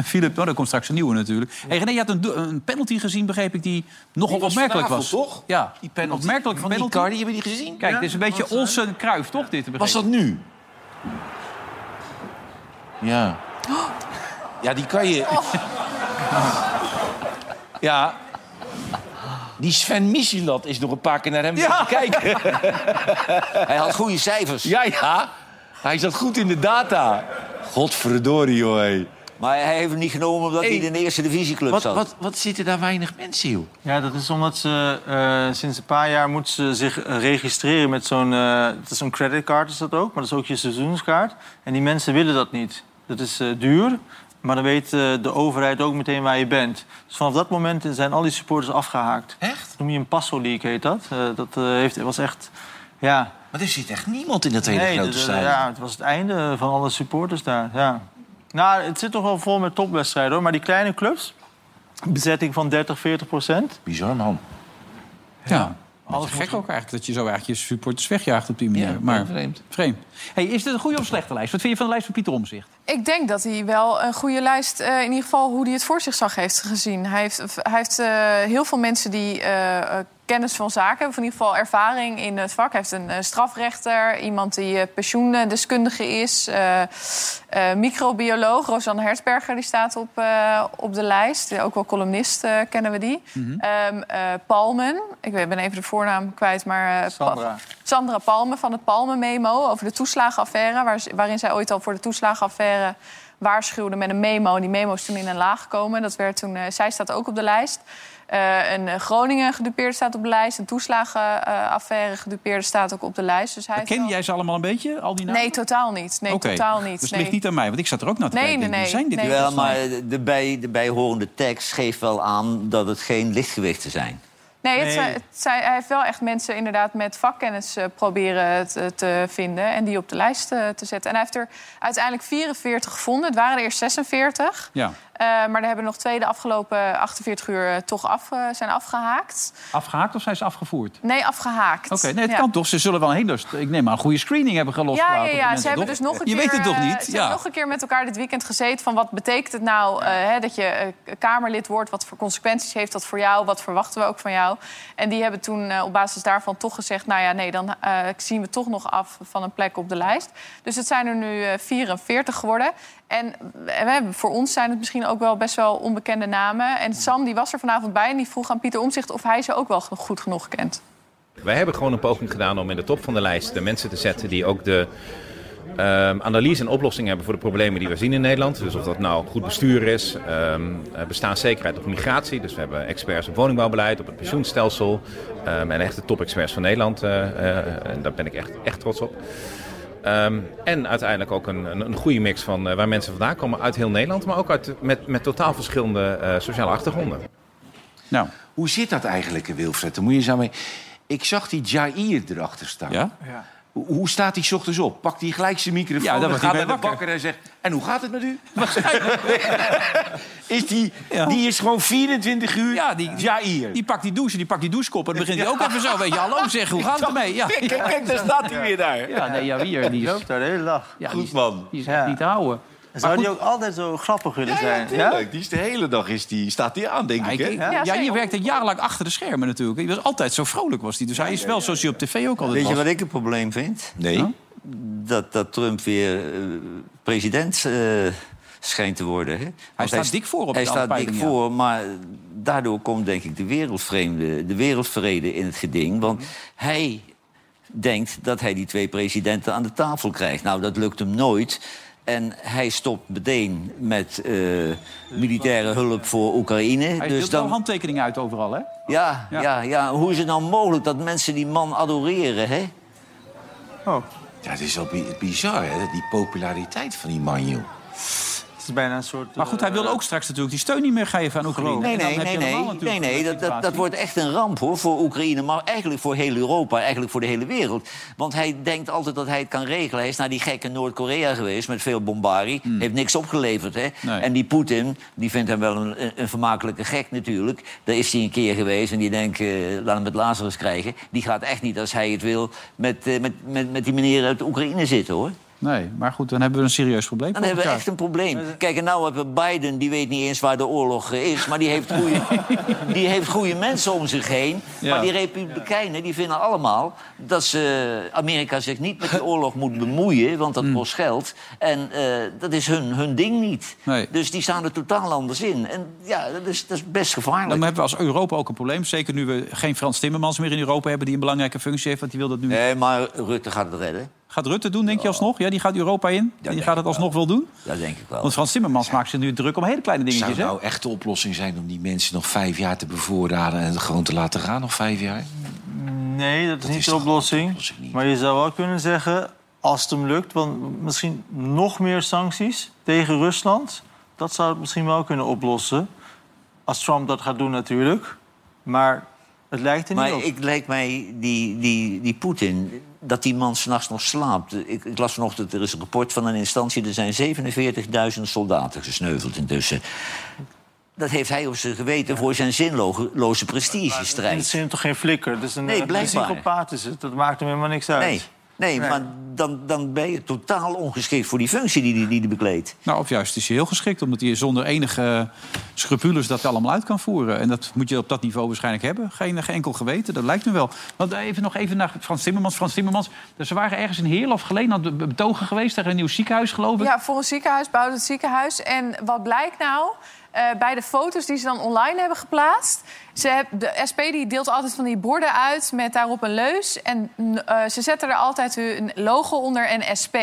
A: Philip, nou, er komt straks een nieuwe natuurlijk. Hey, René, je had een, do- een penalty gezien, begreep ik, die nogal
E: was
A: opmerkelijk was.
E: vanavond, toch?
A: Ja,
E: Die penalty
A: opmerkelijk
E: van
A: penalty.
E: Icardi, hebben je die gezien?
A: Kijk, dit is een beetje Olsen-Kruif, toch, dit te
E: eh, Was
A: begrijpen?
E: dat nu? Ja. Ja, die kan je... Oh. Ja. Die Sven Misilat is nog een paar keer naar hem gaan kijken.
D: Hij had goede cijfers.
E: Ja, ja. Hij zat goed in de data. Godverdorie, joh. hé.
D: Maar hij heeft hem niet genomen omdat
E: Hey,
D: hij in de eerste divisieclub
E: Wat,
D: zat.
E: wat, wat zitten daar weinig mensen, joh?
C: Ja, dat is omdat ze eh, sinds een paar jaar moet ze zich eh, registreren met zo'n eh, dat is zo'n creditcard is dat ook, maar dat is ook je seizoenskaart. En die mensen willen dat niet. Dat is eh, duur, maar dan weet eh, de overheid ook meteen waar je bent. Dus vanaf dat moment zijn al die supporters afgehaakt.
E: Echt?
C: Dat noem je een passo league heet dat. Eh, dat eh, heeft, was echt, ja,
E: Maar er zit echt niemand in dat hele
C: Nee,
E: grote
C: dat-
E: stadion.
C: Ja, het was het einde van alle supporters daar. Ja. Nou, het zit toch wel vol met topwedstrijden hoor. Maar die kleine clubs, bezetting van 30, 40 procent.
E: Bizar, man.
A: Ja. Alles
C: Alles
A: gek ook eigenlijk, dat je zo eigenlijk je supporters wegjaagt op die manier.
E: Ja,
A: maar
E: vreemd.
A: vreemd. Hey, is dit een goede of slechte lijst? Wat vind je van de lijst van Pieter Omzicht?
B: Ik denk dat hij wel een goede lijst, eh, in ieder geval hoe hij het voor zich zag, heeft gezien. Hij heeft, hij heeft eh, heel veel mensen die eh, eh, kennis van zaken hebben, of in ieder geval ervaring in het vak. Hij heeft een eh, strafrechter, iemand die eh, pensioendeskundige is, eh, eh, microbioloog. Rosanne Hertzberger die staat op, eh, op de lijst. Ook wel columnist eh, kennen we die.
A: Mhm.
B: Ehm, eh, Palmen, ik weet- ben even de voornaam kwijt, maar... eh, Pa-
C: Sandra.
B: Sandra Palme van het Palme-memo over de toeslagenaffaire... Waar, ze- waarin zij ooit al voor de toeslagenaffaire waarschuwde met een memo. En die memo is toen in een laag gekomen. Dat werd toen, eh, zij staat ook op de lijst. Eh, een eh, Groningen gedupeerde staat op de lijst. Een toeslagenaffaire gedupeerde staat ook op de lijst. Dus hij heeft
A: Ken
B: wel-
A: jij ze allemaal een beetje, al die namen?
B: Nee, totaal niet. Nee,
A: Oké.
B: totaal
A: Dus
B: niet.
A: het
B: nee.
A: ligt niet aan mij, want ik zat er ook naar te
B: Nee,
A: kijken.
B: nee,
A: Wie
B: nee,
A: zijn dit
B: nee.
A: in
D: Wel,
A: godsnaam?
D: maar de, bij, de bijhorende tekst geeft wel aan dat het geen lichtgewichten zijn.
B: Nee, het,
C: Nee.
B: zijn- het zijn- hij heeft wel echt mensen inderdaad met vakkennis eh, proberen te, te vinden en die op de lijst eh, te zetten. En hij heeft er uiteindelijk 44 gevonden. Het waren er eerst 46.
A: Ja.
B: Eh, maar er hebben nog twee de afgelopen 48 uur eh, toch af, eh, zijn afgehaakt.
A: Afgehaakt of zijn ze afgevoerd?
B: Nee, afgehaakt.
A: Oké, nee, het
B: Ja.
A: kan toch. Ze zullen wel een hele... Ik neem aan, een goede screening hebben gelost.
B: Ja,
A: voor
B: ja,
A: een aantal
B: ja. ze
A: mensen,
B: hebben
A: toch?
B: dus nog een
A: Je
B: keer,
A: weet het toch
B: eh,
A: niet?
B: Ze
A: ja.
B: hebben nog een keer met elkaar dit weekend gezeten van wat betekent het nou eh, hè, dat je eh, Kamerlid wordt? Wat voor consequenties heeft dat voor jou? Wat verwachten we ook van jou? En die hebben toen eh, op basis daarvan toch gezegd... nou ja, nee, dan eh, zien we toch nog af van een plek op de lijst. Dus het zijn er nu eh, 44 geworden. En eh, we- voor ons zijn het misschien ook wel best wel onbekende namen. En Sam die was er vanavond bij en die vroeg aan Pieter Omzicht... of hij ze ook wel goed genoeg kent.
I: Wij hebben gewoon een poging gedaan om in de top van de lijst de mensen te zetten die ook de ehm, analyse en oplossing hebben voor de problemen die we zien in Nederland. Dus of dat nou goed bestuur is, ehm, eh, bestaanszekerheid of migratie. Dus we hebben experts op woningbouwbeleid, op het pensioenstelsel ehm, en echt de top-experts van Nederland. eh, eh, en daar ben ik echt, echt trots op. Ehm, en uiteindelijk ook een, een, een goede mix van eh, waar mensen vandaan komen uit heel Nederland, maar ook uit, met, met totaal verschillende eh, sociale achtergronden.
A: Nou,
E: Hoe zit dat eigenlijk, eh, Wilfred? Dan moet je eens aan mij... Ik zag die Jair erachter staan.
A: ja?
E: Hoe hoe staat hij 's ochtends op? Pakt hij gelijk zijn microfoon
A: Ja, dan
E: en
A: wordt
E: gaat
A: hij
E: naar de
A: bij wakker.
E: bakker en zegt... En hoe gaat het met u? is die,
A: Ja.
E: die is gewoon 24 uur
A: Ja, die-
E: Jair.
A: Die pakt die douche, die pakt die douchekop en dan begint hij ook even zo. Weet je, hallo zeg, hoe gaat het ermee? Ja,
E: Kijk, kijk, kijk, daar staat hij weer daar.
A: ja nee, ja, wie er, die
C: Die
A: is,
C: loopt daar de hele dag.
A: ja, die
E: Goed
A: is,
E: man.
A: die is
C: Ja.
A: echt niet te houden.
C: Zou die
A: goed-
C: ook altijd zo grappig willen
E: Ja, ja,
C: zijn?
E: tuurlijk. Die is de hele dag is die, staat hij aan, denk
A: Ja,
E: ik. Hè?
A: ik-
E: Ja.
A: ja, je
B: zeker.
A: werkte jarenlang achter de schermen natuurlijk. Hij was altijd zo vrolijk was hij. Dus hij is wel zoals hij op tv ook altijd
D: Weet je
A: was.
D: wat ik een probleem vind?
E: Nee.
D: Dat, dat Trump weer eh, president eh, schijnt te worden. Hè? Want Hij
A: staat dik voor op
D: Hij
A: de
D: staat dik
A: peilingen, ja.
D: voor, maar daardoor komt denk ik de wereldvreemde, de wereldvrede in het geding. Want
A: Mhm.
D: hij denkt dat hij die twee presidenten aan de tafel krijgt. Nou, dat lukt hem nooit. En hij stopt meteen met eh, militaire hulp voor Oekraïne.
A: Hij
D: dus
A: deelt wel
D: dan,
A: handtekeningen uit overal, hè?
D: ja,
A: Ja.
D: ja. Ja, hoe is het nou mogelijk dat mensen die man adoreren? Hè?
C: Oh,
E: het is wel bi- bizar, hè? Die populariteit van die man, joh.
C: Het is bijna een soort... eh,
A: Maar goed, hij wil ook straks natuurlijk die steun niet meer geven aan Oekraïne.
D: Nee,
A: En dan
D: nee,
A: heb je
D: nee,
A: helemaal
D: nee, nee,
A: natuurlijk
D: nee.
A: een
D: Dat, dat, dat
A: situatie.
D: wordt echt een ramp hoor, voor Oekraïne, maar eigenlijk voor heel Europa, eigenlijk voor de hele wereld. Want hij denkt altijd dat hij het kan regelen. Hij is naar die gekke Noord-Korea geweest met veel bombardie, heeft niks opgeleverd. Hè?
A: Hmm. Nee.
D: En die Poetin, die vindt hem wel een, een- een vermakelijke gek natuurlijk. Daar is hij een keer geweest en die denkt, eh, laat hem het Lazarus krijgen. Die gaat echt niet, als hij het wil, met, eh, met, met, met die meneer uit Oekraïne zitten hoor.
A: Nee, maar goed, dan hebben we een serieus probleem.
D: Dan
A: voor
D: hebben we
A: elkaar.
D: echt een probleem. Kijk, en nou hebben we Biden, die weet niet eens waar de oorlog eh, is... maar die heeft goede, die heeft goede mensen om zich heen.
A: Ja.
D: Maar die republikeinen die vinden allemaal dat ze, Amerika zich niet met de oorlog moet bemoeien... want dat kost geld. En eh, dat is hun, hun ding niet.
A: Nee.
D: Dus die staan er totaal anders in. En ja, dat is, dat is best
A: Dan
D: gevaarlijk.
A: hebben we als Europa ook een probleem. Zeker nu we geen Frans Timmermans meer in Europa hebben... die een belangrijke functie heeft, want die wil dat nu...
D: Nee, maar Rutte gaat het redden.
A: Gaat Rutte doen, denk je alsnog? Ja, die gaat Europa in. die
D: denk
A: gaat
D: ik
A: het
D: wel.
A: alsnog wel doen.
D: Dat denk ik wel.
A: Want Frans Timmermans maakt zich nu druk om hele kleine
E: Zou
A: dingetjes.
E: het
A: hè?
E: nou echt de oplossing zijn om die mensen nog vijf jaar te bevoorraden... en het gewoon te laten gaan nog vijf jaar?
C: Nee, dat is niet
E: is
C: de
E: toch
C: oplossing.
E: de oplossing niet?
C: Maar je zou wel kunnen zeggen, als het hem lukt... want misschien nog meer sancties tegen Rusland... dat zou het misschien wel kunnen oplossen. Als Trump dat gaat doen natuurlijk. Maar het lijkt er niet
D: Maar
C: op.
D: ik lijkt mij, die, die, die Poetin, dat die man s'nachts nog slaapt. Ik, ik las vanochtend, er is een rapport van een instantie... er zijn 47.000 soldaten gesneuveld intussen. Dat heeft hij op zijn geweten voor zijn zinloze
C: Het
D: prestigestrijd.
C: zit hem toch geen flikker? Dus een,
D: Nee,
C: een
D: blijkbaar.
C: psychopaat is het. Dat maakt hem helemaal niks uit.
D: Nee, nee, maar dan, dan ben je totaal ongeschikt voor die functie die hij die, die bekleedt.
A: Nou, of juist is hij heel geschikt, omdat hij zonder enige scrupules dat allemaal uit kan voeren. En dat moet je op dat niveau waarschijnlijk hebben. Geen, geen enkel geweten, dat lijkt me wel. Want eh, even nog even naar Frans Timmermans. Frans Timmermans, dus ze waren ergens in Heerlen of Geleen aan het betogen geweest... tegen een nieuw ziekenhuis, geloof ik.
B: Ja, voor een ziekenhuis, bouwt het ziekenhuis. En wat blijkt nou? eh, bij de foto's die ze dan online hebben geplaatst. Ze heb, de SP die deelt altijd van die borden uit met daarop een leus. En mm, eh, ze zetten er altijd hun logo onder en SP.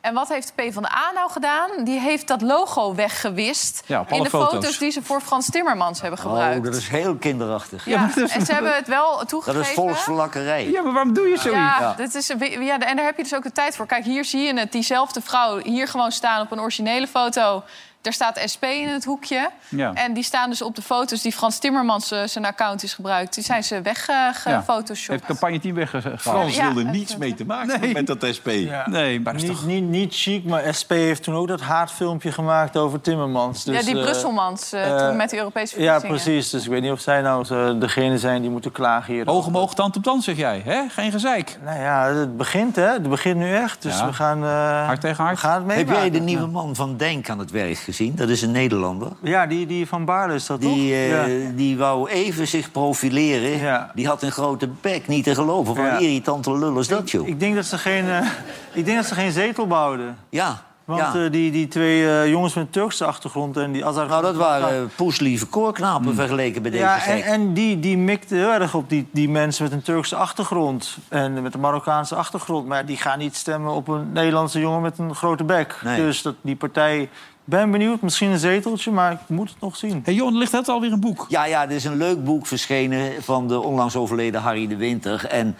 B: En wat heeft de P van de A nou gedaan? Die heeft dat logo weggewist.
A: Ja, op alle
B: in de
A: foto's.
B: die ze voor Frans Timmermans hebben gebruikt.
D: Oh, dat is heel kinderachtig.
A: Ja, maar dat is-
B: en ze hebben het wel
D: Dat
B: toegegeven.
D: is volksverlakkerij.
A: Ja, maar waarom doe je zoiets?
B: Ja, Dit is, ja, en daar heb je dus ook de tijd voor. Kijk, hier zie je het. Diezelfde vrouw hier gewoon staan op een originele foto. Daar staat SP in het hoekje.
A: Ja.
B: En die staan dus op de foto's die Frans Timmermans eh, zijn account is gebruikt. Die zijn ze eh, weggefotoshopt.
A: Heeft campagne team weggehaald.
E: Frans
B: Ja,
E: wilde
B: het-
E: niets mee te maken
A: Nee.
E: met dat SP.
A: Nee, maar dat is
C: niet,
A: toch...
C: niet, niet chic, maar SP heeft toen ook dat haatfilmpje gemaakt over Timmermans. Dus,
B: ja, die
C: eh,
B: Brusselmans eh,
C: eh,
B: toen met de Europese
C: Ja,
B: verkiezingen.
C: precies. Dus ik weet niet of zij nou eh, degene zijn die moeten klagen hier.
A: Hoog omhoog, tand op tand, zeg jij. Hè? Geen gezeik.
C: Nou ja, het begint hè. Het begint nu echt. Dus
A: Ja.
C: we gaan... eh,
A: Hart tegen hart.
C: We gaan het
D: Heb
C: meemaken.
D: jij de nieuwe man van Denk aan het werk gezien? Dat is een Nederlander.
C: Ja, die, die van Baarle is dat
D: Die,
C: toch?
D: eh,
C: Ja.
D: die wou even zich profileren.
C: Ja.
D: Die had een grote bek, niet te geloven. Wat
C: Ja.
D: een irritante lul is dat, joh.
C: Ik denk dat ze geen, eh, ik denk dat ze geen zetel bouwden.
D: ja,
C: Want
D: ja.
C: eh, die, die twee eh, jongens met een Turkse achtergrond en die Azar...
D: nou, dat waren eh, poeslieve koorknapen vergeleken bij deze
C: Hmm. Ja, en,
D: gek.
C: en die, die mikte heel erg op die, die mensen met een Turkse achtergrond. En met een Marokkaanse achtergrond. Maar die gaan niet stemmen op een Nederlandse jongen met een grote bek.
D: Nee.
C: Dus dat, die partij... Ben benieuwd, misschien een zeteltje, maar ik moet het nog zien.
A: Hé, Jon, er ligt net alweer een boek.
D: Ja, ja, er is een leuk boek verschenen van de onlangs overleden Harry de Winter. En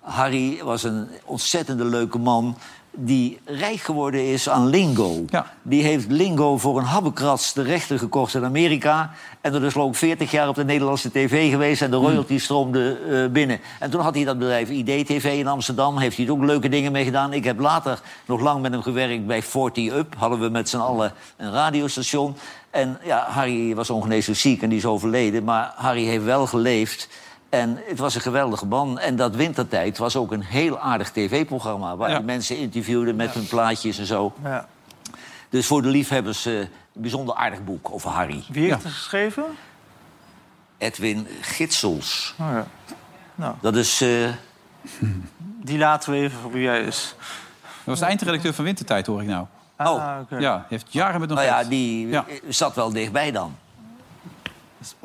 D: Harry was een ontzettende leuke man die rijk geworden is aan lingo.
A: Ja.
D: Die heeft lingo voor een habbekrats de rechten gekocht in Amerika. En dat is geloof ik 40 jaar op de Nederlandse tv geweest... en de royalty stroomde eh, binnen. En toen had hij dat bedrijf IDTV in Amsterdam. Heeft hij er ook leuke dingen mee gedaan. Ik heb later nog lang met hem gewerkt bij 40 Up. Hadden we met z'n allen een radiostation. En ja, Harry was ongeneeslijk ziek en die is overleden. Maar Harry heeft wel geleefd. En het was een geweldige man. En dat wintertijd was ook een heel aardig tv-programma... waar
A: Ja.
D: die mensen interviewden met hun plaatjes en zo.
C: Ja.
D: Dus voor de liefhebbers eh, een bijzonder aardig boek over Harry.
C: Wie heeft het geschreven?
D: Edwin Gitsels.
C: Oh, ja.
D: Dat is... eh,
C: Die laten we even voor wie hij is.
A: Dat was de eindredacteur van Wintertijd, hoor ik nou.
C: Ah,
D: Oh.
C: oké.
A: Ja, die heeft jaren met hem
D: nou ja,
A: gewerkt.
D: die
A: Ja.
D: eh, zat wel dichtbij dan.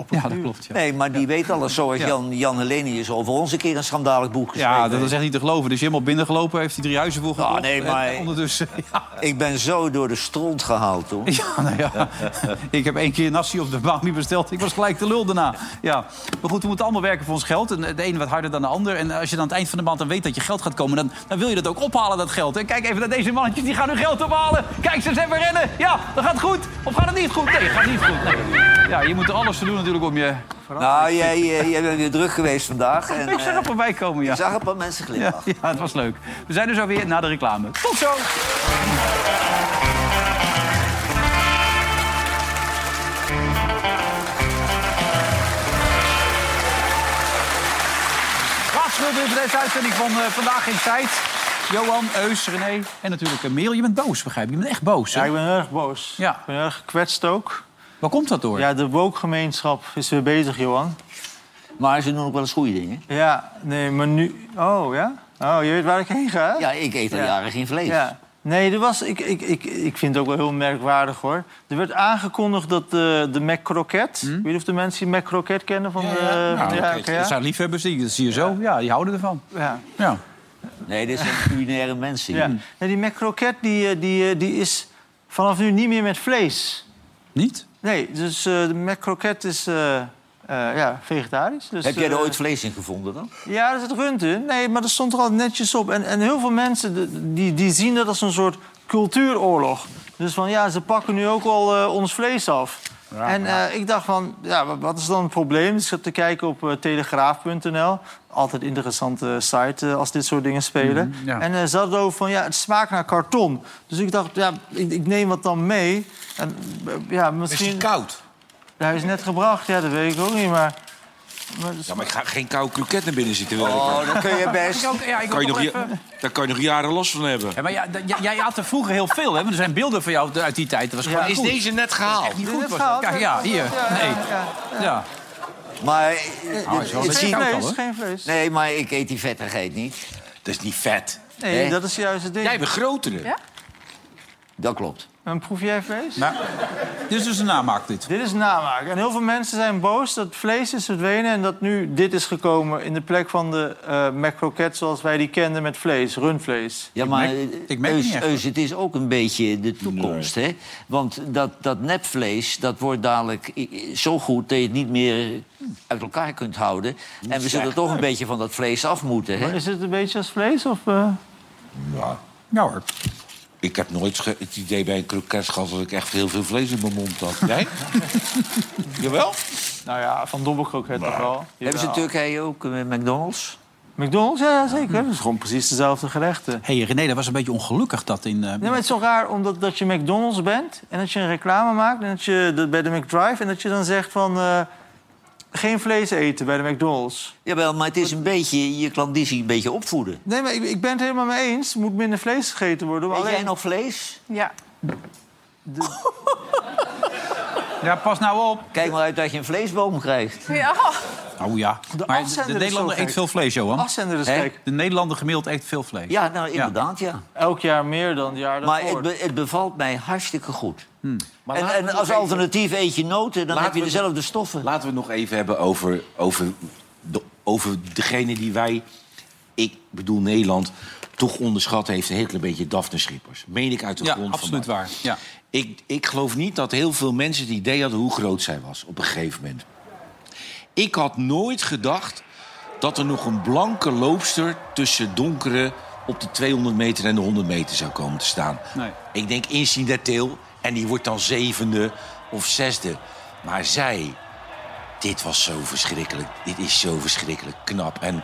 A: Ja, dat klopt. Ja,
D: Nee, maar die weet alles. Zoals
A: Ja.
D: Jan, Jan Helenius over ons een keer een schandalig boek geschreven.
A: ja dat is echt niet te geloven. Dus helemaal binnengelopen, heeft hij drie huizen voor gekocht.
D: nee,
A: En
D: maar-
A: ondertussen, ja,
D: Ik ben zo door de stront gehaald, hoor.
A: ja, nou ja. ik heb één keer nasi op de Bami besteld. Ik was gelijk de lul daarna. Ja. Maar goed, we moeten allemaal werken voor ons geld. En de ene wat harder dan de ander. En als je dan aan het eind van de maand dan weet dat je geld gaat komen... dan, dan wil je dat ook ophalen, dat geld. En kijk even naar deze mannetjes, die gaan hun geld ophalen. Kijk, ze zijn weer rennen. Ja, dat gaat goed. Of gaat het niet goed? Nee, het gaat niet goed. Nee. Ja, je moet er alles voor doen natuurlijk om je...
D: Nou, jij, eh, jij bent weer druk geweest vandaag. En,
A: Ik zag
D: eh,
A: het voorbij komen, ja.
D: ik zag een paar mensen
A: Ja,
D: glimlachen.
A: ja, het was leuk. We zijn dus alweer na de reclame. Tot zo! Laatste voorbeeld van deze uitzending van eh, Vandaag in Tijd. Johan, Eus, René en natuurlijk eh, Merel. Je bent boos, begrijp ik. Je bent echt boos, hè?
C: Ja, ik ben heel erg boos.
A: Ja.
C: Ik ben heel erg gekwetst ook.
A: Waar komt dat door?
C: Ja, de woke-gemeenschap is weer bezig, Johan.
D: Maar ze doen ook wel eens goede dingen.
C: Ja, nee, maar nu... Oh, ja? Oh, je weet waar ik heen ga? hè?
D: Ja, ik eet al
C: Ja.
D: jaren geen vlees.
C: Ja. Nee, er was, ik, ik, ik, ik vind het ook wel heel merkwaardig, hoor. Er werd aangekondigd dat de, de Mac Croquette... Ik weet niet of de mensen die Mac Croquette kennen van... de-
A: Nou,
C: van- eh, Ja,
A: dat-
C: oké,
A: dat
C: ja,
A: zijn liefhebbers, die, dat zie je zo. Ja, die houden ervan.
C: ja.
A: Ja.
D: Nee, dit zijn culinaire mensen. hier.
C: ja. Nee, die Mac Croquette die, eh, die, eh, die is vanaf nu niet meer met vlees.
A: Niet?
C: Nee, dus eh, de Mac Croquette is eh, eh, ja, vegetarisch. Dus,
D: Heb jij er
C: eh,
D: ooit vlees in gevonden dan?
C: Ja, er zit rund in. Nee, maar dat stond er al netjes op. En, en heel veel mensen de- die, die zien dat als een soort cultuuroorlog. Dus van ja, ze pakken nu ook al eh, ons vlees af. en eh, ik dacht van, ja, wa- wat is dan het probleem? Dus ik zat te kijken op eh, telegraaf.nl. Altijd interessante site eh, als dit soort dingen spelen.
A: Mhm, ja.
C: En eh, ze hadden het over van, ja, het smaakt naar karton. Dus ik dacht, ja, ik, ik neem wat dan mee. En eh, ja,
E: Is die
C: misschien...
E: koud?
C: Hij is net gebracht, ja, dat weet ik ook niet, maar... maar
E: Ja, maar ik ga geen koude kroket naar binnen zitten werken.
D: Oh, dat kun je best.
A: Ik ook, ja, ik
E: Kan je
A: ook
E: nog
A: nog even...
E: ja- daar kan je nog jaren los van hebben.
A: Ja, maar ja, d- j- jij had er vroeger heel veel, hè? Want er zijn beelden van jou uit die tijd. Dat was gewoon
C: Ja.
A: goed.
E: net gehaald?
A: niet
C: Dit
A: goed
C: is
A: was dat.
C: goud.
A: Kijk, ja, hier. Nee. Ja.
D: Maar eh,
A: is wel een
D: het
A: beetje
D: ziet-
A: koud.
C: Geen
A: al,
C: vlees,
A: hoor.
C: geen vlees. Nee,
D: Nee, maar ik eet die vettigheid niet.
E: Dat is niet vet.
D: Hè?
C: dat is juist het ding.
E: Jij bent grotere.
B: Ja?
D: Dat klopt.
C: En proef jij vlees? Nou,
A: Dit is dus een namaak, dit.
C: Dit is namaak. En heel veel mensen zijn boos dat vlees is verdwenen... en dat nu dit is gekomen in de plek van de eh macroket zoals wij die kenden met vlees, rundvlees.
D: Ja, maar
A: merk-
D: eh,
A: ik merk
D: Eus,
A: niet echt.
D: Eus, het is ook een beetje de toekomst, hè? Want dat, dat nepvlees, dat wordt dadelijk i- i- zo goed... dat je het niet meer uit elkaar kunt houden. En we zullen toch een beetje van dat vlees af moeten, hè?
C: Maar is het een beetje als vlees? Of, eh?
A: Ja hoor.
E: Ik heb nooit ge- het idee bij een kroket gehad dat ik echt heel veel vlees in mijn mond had. Jij? Jawel?
C: Nou ja, van dobbelkroket toch wel.
D: Hebben ze in
C: Jawel.
D: Turkije ook eh, McDonald's?
C: McDonald's? Ja, ja, zeker. Dat is gewoon precies dezelfde gerechten.
A: Hé, hey, René, dat was een beetje ongelukkig dat in... eh,
C: Ja, maar het is zo raar omdat dat je McDonald's bent en dat je een reclame maakt en dat je dat bij de McDrive en dat je dan zegt van eh, geen vlees eten bij de McDonald's.
D: Jawel, maar het is een beetje je klandizie een beetje opvoeden.
C: Nee, maar ik, ik ben het helemaal mee eens. Er moet minder vlees gegeten worden. maar
D: Eet jij
C: alleen-
D: nog vlees?
B: Ja.
A: Ja, pas nou op.
D: Kijk maar uit dat je een vleesboom krijgt.
B: ja.
A: Oh ja.
C: De
A: maar de,
C: afzender
A: de
C: is zo
A: Nederlander
C: gek.
A: eet veel vlees, Johan.
C: Afzender is
D: Hè?
C: gek.
A: De Nederlander gemiddeld eet veel vlees.
D: Ja, nou inderdaad, ja.
C: Elk jaar meer dan het jaar
D: Maar
C: daarvoor.
D: het, be- het bevalt mij hartstikke goed.
E: Maar
D: En,
E: laten
D: en
E: we
D: als
E: nog even-
D: alternatief eet je noten, dan
E: Laten
D: heb je
E: we-
D: dezelfde stoffen.
E: Laten we het nog even hebben over, over, de, over degene die wij, ik bedoel Nederland, toch onderschat heeft. Een heel klein beetje Daphne Schippers. Meen ik uit de
A: Ja,
E: grond van
A: absoluut
E: mijn-
A: waar. Ja.
E: Ik, ik geloof niet dat heel veel mensen het idee hadden hoe groot zij was op een gegeven moment. Ik had nooit gedacht dat er nog een blanke loopster tussen donkere op de 200 meter en de 100 meter zou komen te staan.
A: Nee.
E: Ik denk incidenteel en die wordt dan zevende of zesde. Maar zij, dit was zo verschrikkelijk. Dit is zo verschrikkelijk knap. En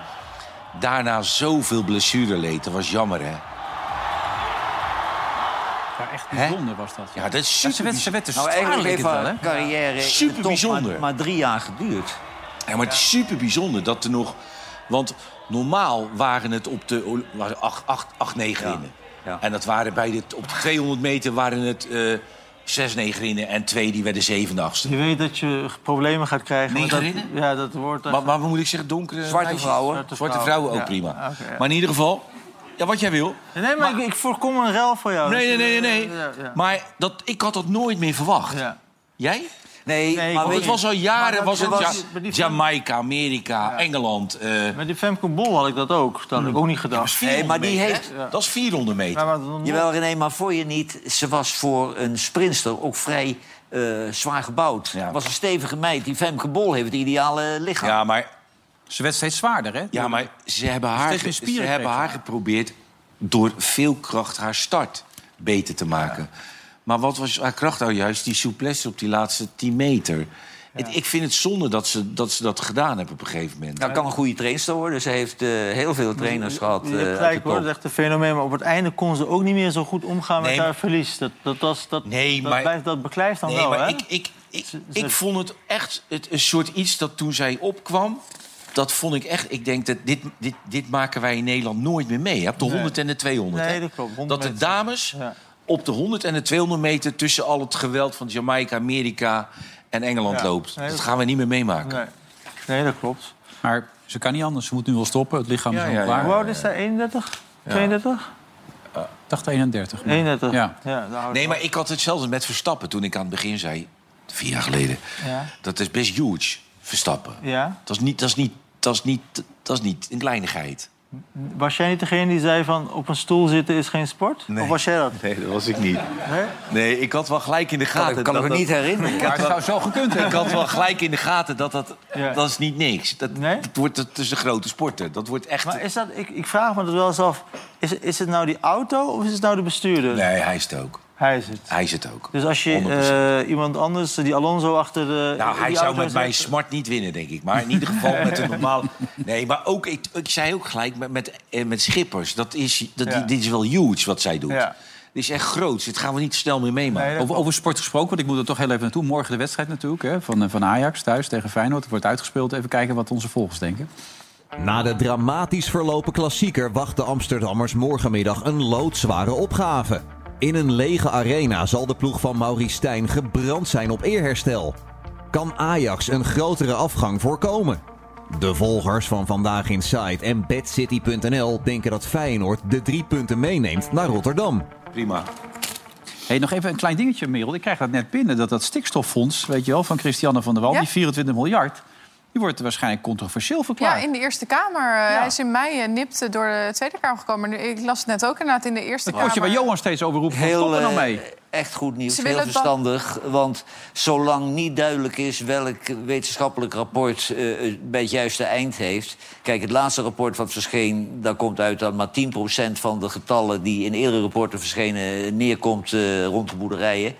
E: daarna zoveel blessureleed. Dat was jammer, hè?
A: Ja, echt
E: Hè?
A: bijzonder was dat.
E: Ja, dat is
A: Ja, ze
E: super.
A: werd, ze werd dus
D: Nou, eigenlijk
A: gevaarlijk
D: heeft
A: in het wel,
D: haar
A: hè?
D: carrière in de
E: Super
D: top maar-
E: bijzonder.
D: maar drie jaar geduurd.
E: Ja, maar het is super bijzonder dat er nog. Want normaal waren het op de 8-9 rinnen.
D: ja.
E: En dat waren bij de, op de 200 meter waren het eh 6 rinnen en twee die werden 7 achtste.
C: Je weet dat je problemen gaat krijgen. met dat,
E: Negerinnen?
C: ja, dat wordt...
E: Maar, maar wat moet ik zeggen, donkere
D: Zwarte
E: meisjes?
D: vrouwen.
E: Zwarte vrouwen, ook
C: Ja,
E: prima.
C: oké, ja.
E: Maar in ieder geval, ja, wat jij wil.
C: Nee, maar, ik, ik voorkom een rel voor jou.
E: Nee, nee,
C: Dus,
E: nee,
C: eh,
E: nee. nee.
C: ja, ja.
E: Maar dat, ik had dat nooit meer verwacht.
C: Ja.
E: Jij?
C: Nee,
D: Nee, maar
C: ik-
E: Want
D: weet
E: het
D: je-
E: was al jaren,
C: dat
E: was het
C: was-
E: ja,
C: maar die-
E: Jamaica, Amerika, Engeland. eh,
C: Met die Femke Bol had ik dat ook. Dat had ik ook niet gedacht.
D: Nee, maar die
E: 400 meter,
D: heeft-
E: hè? Dat is 400 meter.
C: Ja, maar dan-
D: Jawel, René, maar voor je niet. Ze was voor een sprinster ook vrij eh, zwaar gebouwd.
E: Ja.
D: was een stevige meid. Die Femke Bol heeft het ideale lichaam.
E: Ja, maar
A: Ze werd steeds zwaarder, Ah. hè?
E: Ja, maar ze hebben haar,
A: steeds meer
E: ze
A: spieren
E: hebben
A: kreeg.
E: haar geprobeerd door veel kracht haar start beter te maken. Maar wat was haar kracht nou juist? Die souplesse op die laatste 10 meter. Het- ik vind het zonde dat ze, dat ze dat gedaan hebben op een gegeven moment.
D: Dat Nou, kan een goede trainster worden. Ze heeft eh, heel veel trainers gehad.
C: Je
D: eh,
C: hebt
D: uit de
C: gelijk
D: top.
C: hoor, dat is echt een fenomeen. Maar op het einde kon ze ook niet meer zo goed omgaan
E: Nee,
C: met haar
E: maar-
C: verlies. Dat, dat, was, dat,
E: Nee,
C: dat,
E: maar-
C: blijft, dat beklijft dan
E: nee,
C: wel,
E: maar
C: hè?
E: ik, ik, ik,
C: Ze- ze-
E: ik vond het echt het, een soort iets dat toen zij opkwam... dat vond ik echt... Ik denk, dat dit, dit, dit maken wij in Nederland nooit meer mee. Hè? Op de 100 en de 200.
C: Nee,
E: hè?
C: dat klopt. 100
E: Dat de
C: meter.
E: dames
C: Ja.
E: op de 100 en de 200 meter... tussen al het geweld van Jamaica, Amerika en Engeland
C: Ja.
E: loopt.
C: Nee,
E: dat
C: dat-
E: gaan we niet meer meemaken.
C: Nee. nee, dat klopt.
A: Maar ze kan niet anders. Ze moet nu wel stoppen. Het lichaam
E: Ja,
A: is
E: ja,
A: al
E: ja.
A: klaar.
C: Hoe oud is zij? 31? 32?
A: Ik dacht 31.
C: 31.
A: Ja.
C: ja daar houdt
E: Nee,
C: het
E: maar ik had hetzelfde met Verstappen toen ik aan het begin zei... vier jaar geleden.
C: Ja.
E: Dat is best huge, Verstappen.
C: op. Ja?
E: Dat, is niet, dat, is niet, dat, is niet, dat is niet een kleinigheid.
C: Was jij niet degene die zei van op een stoel zitten is geen sport? Of was jij dat?
E: Nee, dat was ik niet.
C: Nee?
E: Nee, ik had wel gelijk in de gaten.
D: Ik kan
E: dat,
D: me
E: dat-
D: niet herinneren.
A: Maar het zou zo gekund
E: Ik
A: hebben.
E: had wel gelijk in de gaten dat dat,
C: Ja.
E: dat is niet niks. Dat,
C: Nee?
E: dat wordt dat is de grote sporten. Dat wordt echt.
C: Maar is dat, ik, ik vraag me dat wel eens af. Is, is het nou die auto of is het nou de bestuurder?
E: Nee, hij is het ook.
C: Hij is het.
E: Hij is het ook.
C: Dus als je
E: 100%.
C: eh, iemand anders, die Alonso achter de.
E: nou,
C: die auto
E: hij zou met
C: zet-
E: mijn smart niet winnen, denk ik. Maar in ieder geval met een normaal. Nee, maar ook, ik, ik zei ook gelijk met, met, eh, met Schippers. Dat is, dat,
C: Ja.
E: Dit is wel huge wat zij doet.
C: Ja.
E: Dit is echt groot. Dit gaan we niet snel meer meemaken.
C: Nee, dat-
A: Over, over sport gesproken, want ik moet er toch heel even naartoe. Morgen de wedstrijd natuurlijk hè, van, eh, van Ajax thuis tegen Feyenoord. Het wordt uitgespeeld. Even kijken wat onze volgers denken.
J: Na de dramatisch verlopen klassieker wacht de Amsterdammers morgenmiddag een loodzware opgave. In een lege arena zal de ploeg van Maurice Stijn gebrand zijn op eerherstel. Kan Ajax een grotere afgang voorkomen? De volgers van Vandaag Inside en BadCity.nl denken dat Feyenoord de drie punten meeneemt naar Rotterdam.
E: Prima.
A: Hey, nog even een klein dingetje, Merel. Ik krijg dat net binnen, dat dat stikstoffonds, weet je wel, van Christiane van der Wal,
B: Ja.
A: die 24 miljard. Die wordt waarschijnlijk controversieel verklaard.
B: Ja, in de Eerste Kamer. Eh, Hij is in mei eh, nipt door de Tweede Kamer gekomen. Nu, Ik las het net ook inderdaad in de Eerste
A: Dat
B: Kamer.
A: wordt je bij Johan steeds over roepen.
D: Heel,
A: Stop er nou
D: eh,
A: mee.
D: Echt goed nieuws,
B: Ze
D: heel
B: willen dan-
D: verstandig. Want zolang niet duidelijk is welk wetenschappelijk rapport eh, eh, bij het juiste eind heeft. Kijk, het laatste rapport wat verscheen, daar komt uit dat maar 10% van de getallen die in eerdere rapporten verschenen eh, neerkomt eh, rond de boerderijen.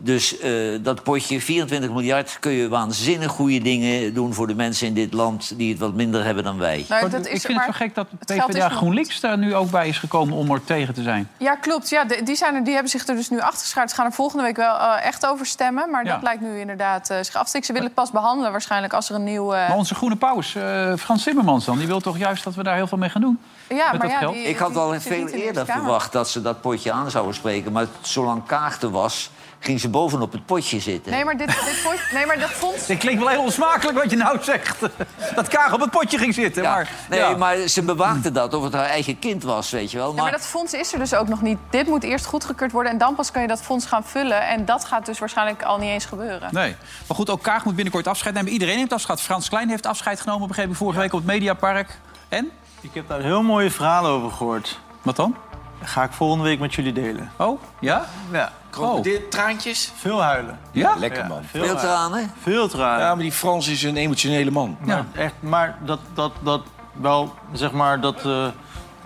D: Dus eh, dat potje, 24 miljard, kun je waanzinnig goede dingen doen voor de mensen in dit land die het wat minder hebben dan wij.
B: Nou,
A: Maar
B: dat
A: ik
B: is,
A: vind
B: maar-
A: het zo gek dat de
B: het geld is
A: PvdA
B: nog-
A: GroenLinks daar nu ook bij is gekomen om er tegen te zijn.
B: Ja, klopt. Ja, de- die, zijn er, die hebben zich er dus nu achter geschaard. Ze gaan er volgende week wel eh, echt over stemmen. Maar
A: Ja.
B: dat lijkt nu inderdaad eh, zich af te tikken. Ze willen het pas behandelen waarschijnlijk als er een nieuw... eh,
A: Maar onze groene paus, eh, Frans Timmermans dan, die wil toch juist dat we daar heel veel mee gaan doen?
B: ja,
A: dat geld?
B: die-
D: Ik had
B: die
D: al
B: zit
D: veel
B: niet in de
D: eerder
B: Eerste Kamer.
D: verwacht dat ze dat potje aan zouden spreken. Maar zolang Kaag er was, ging ze bovenop het potje zitten.
B: Nee, maar, dit, dit vond- nee, maar dat fonds...
A: Dit klinkt wel heel onsmakelijk wat je nou zegt. Dat Kaag op het potje ging zitten.
D: Ja,
A: Maar,
D: nee,
A: ja.
D: maar ze bewaakte dat, of het haar eigen kind was, weet je wel.
B: Ja,
D: Maar,
B: maar dat fonds is er dus ook nog niet. Dit moet eerst goedgekeurd worden en dan pas kan je dat fonds gaan vullen. En dat gaat dus waarschijnlijk al niet eens gebeuren.
A: Nee. Maar goed, ook Kaag moet binnenkort afscheid nemen. Iedereen neemt afscheid. Frans Klein heeft afscheid genomen, begreep ik, vorige week op het Mediapark. En?
C: Ik heb daar heel mooie verhalen over gehoord.
A: Wat dan?
C: Ga ik volgende week met jullie delen.
A: Oh, ja?
C: Ja,
E: Dit, traantjes?
C: veel huilen.
A: Ja?
E: Lekker man.
C: Veel,
D: veel
C: huilen.
D: tranen.
C: Veel tranen.
E: Ja, maar die Frans is een emotionele man.
A: Ja.
C: Maar Echt, maar dat, dat, dat wel, zeg maar, dat eh,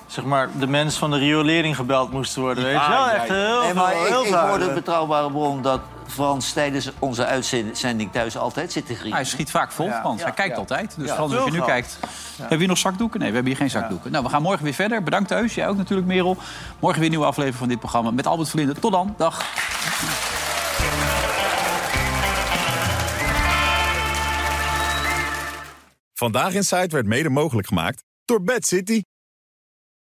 C: zeg maar, de mensen van de riolering gebeld moesten worden. Weet je wel? Echt heel
D: Nee,
C: veel,
D: maar
C: heel
D: ik, ik
C: veel
D: hoorde een
C: huilen.
D: betrouwbare bron dat Frans tijdens onze uitzending thuis altijd zit te
A: Hij
D: grieven.
A: schiet vaak vol,
C: Ja.
A: Frans.
C: Ja.
A: Hij kijkt altijd. Dus
C: Ja.
A: Frans, als je nu
C: Veel
A: kijkt... Hebben we hier nog zakdoeken? Nee, we hebben hier geen zakdoeken. Nou, we gaan morgen weer verder. Bedankt Heus, jij ook natuurlijk, Merel. Morgen weer een nieuwe aflevering van dit programma met Albert Verlinde. Tot dan, dag.
K: Vandaag in Site werd mede mogelijk gemaakt door Bad City.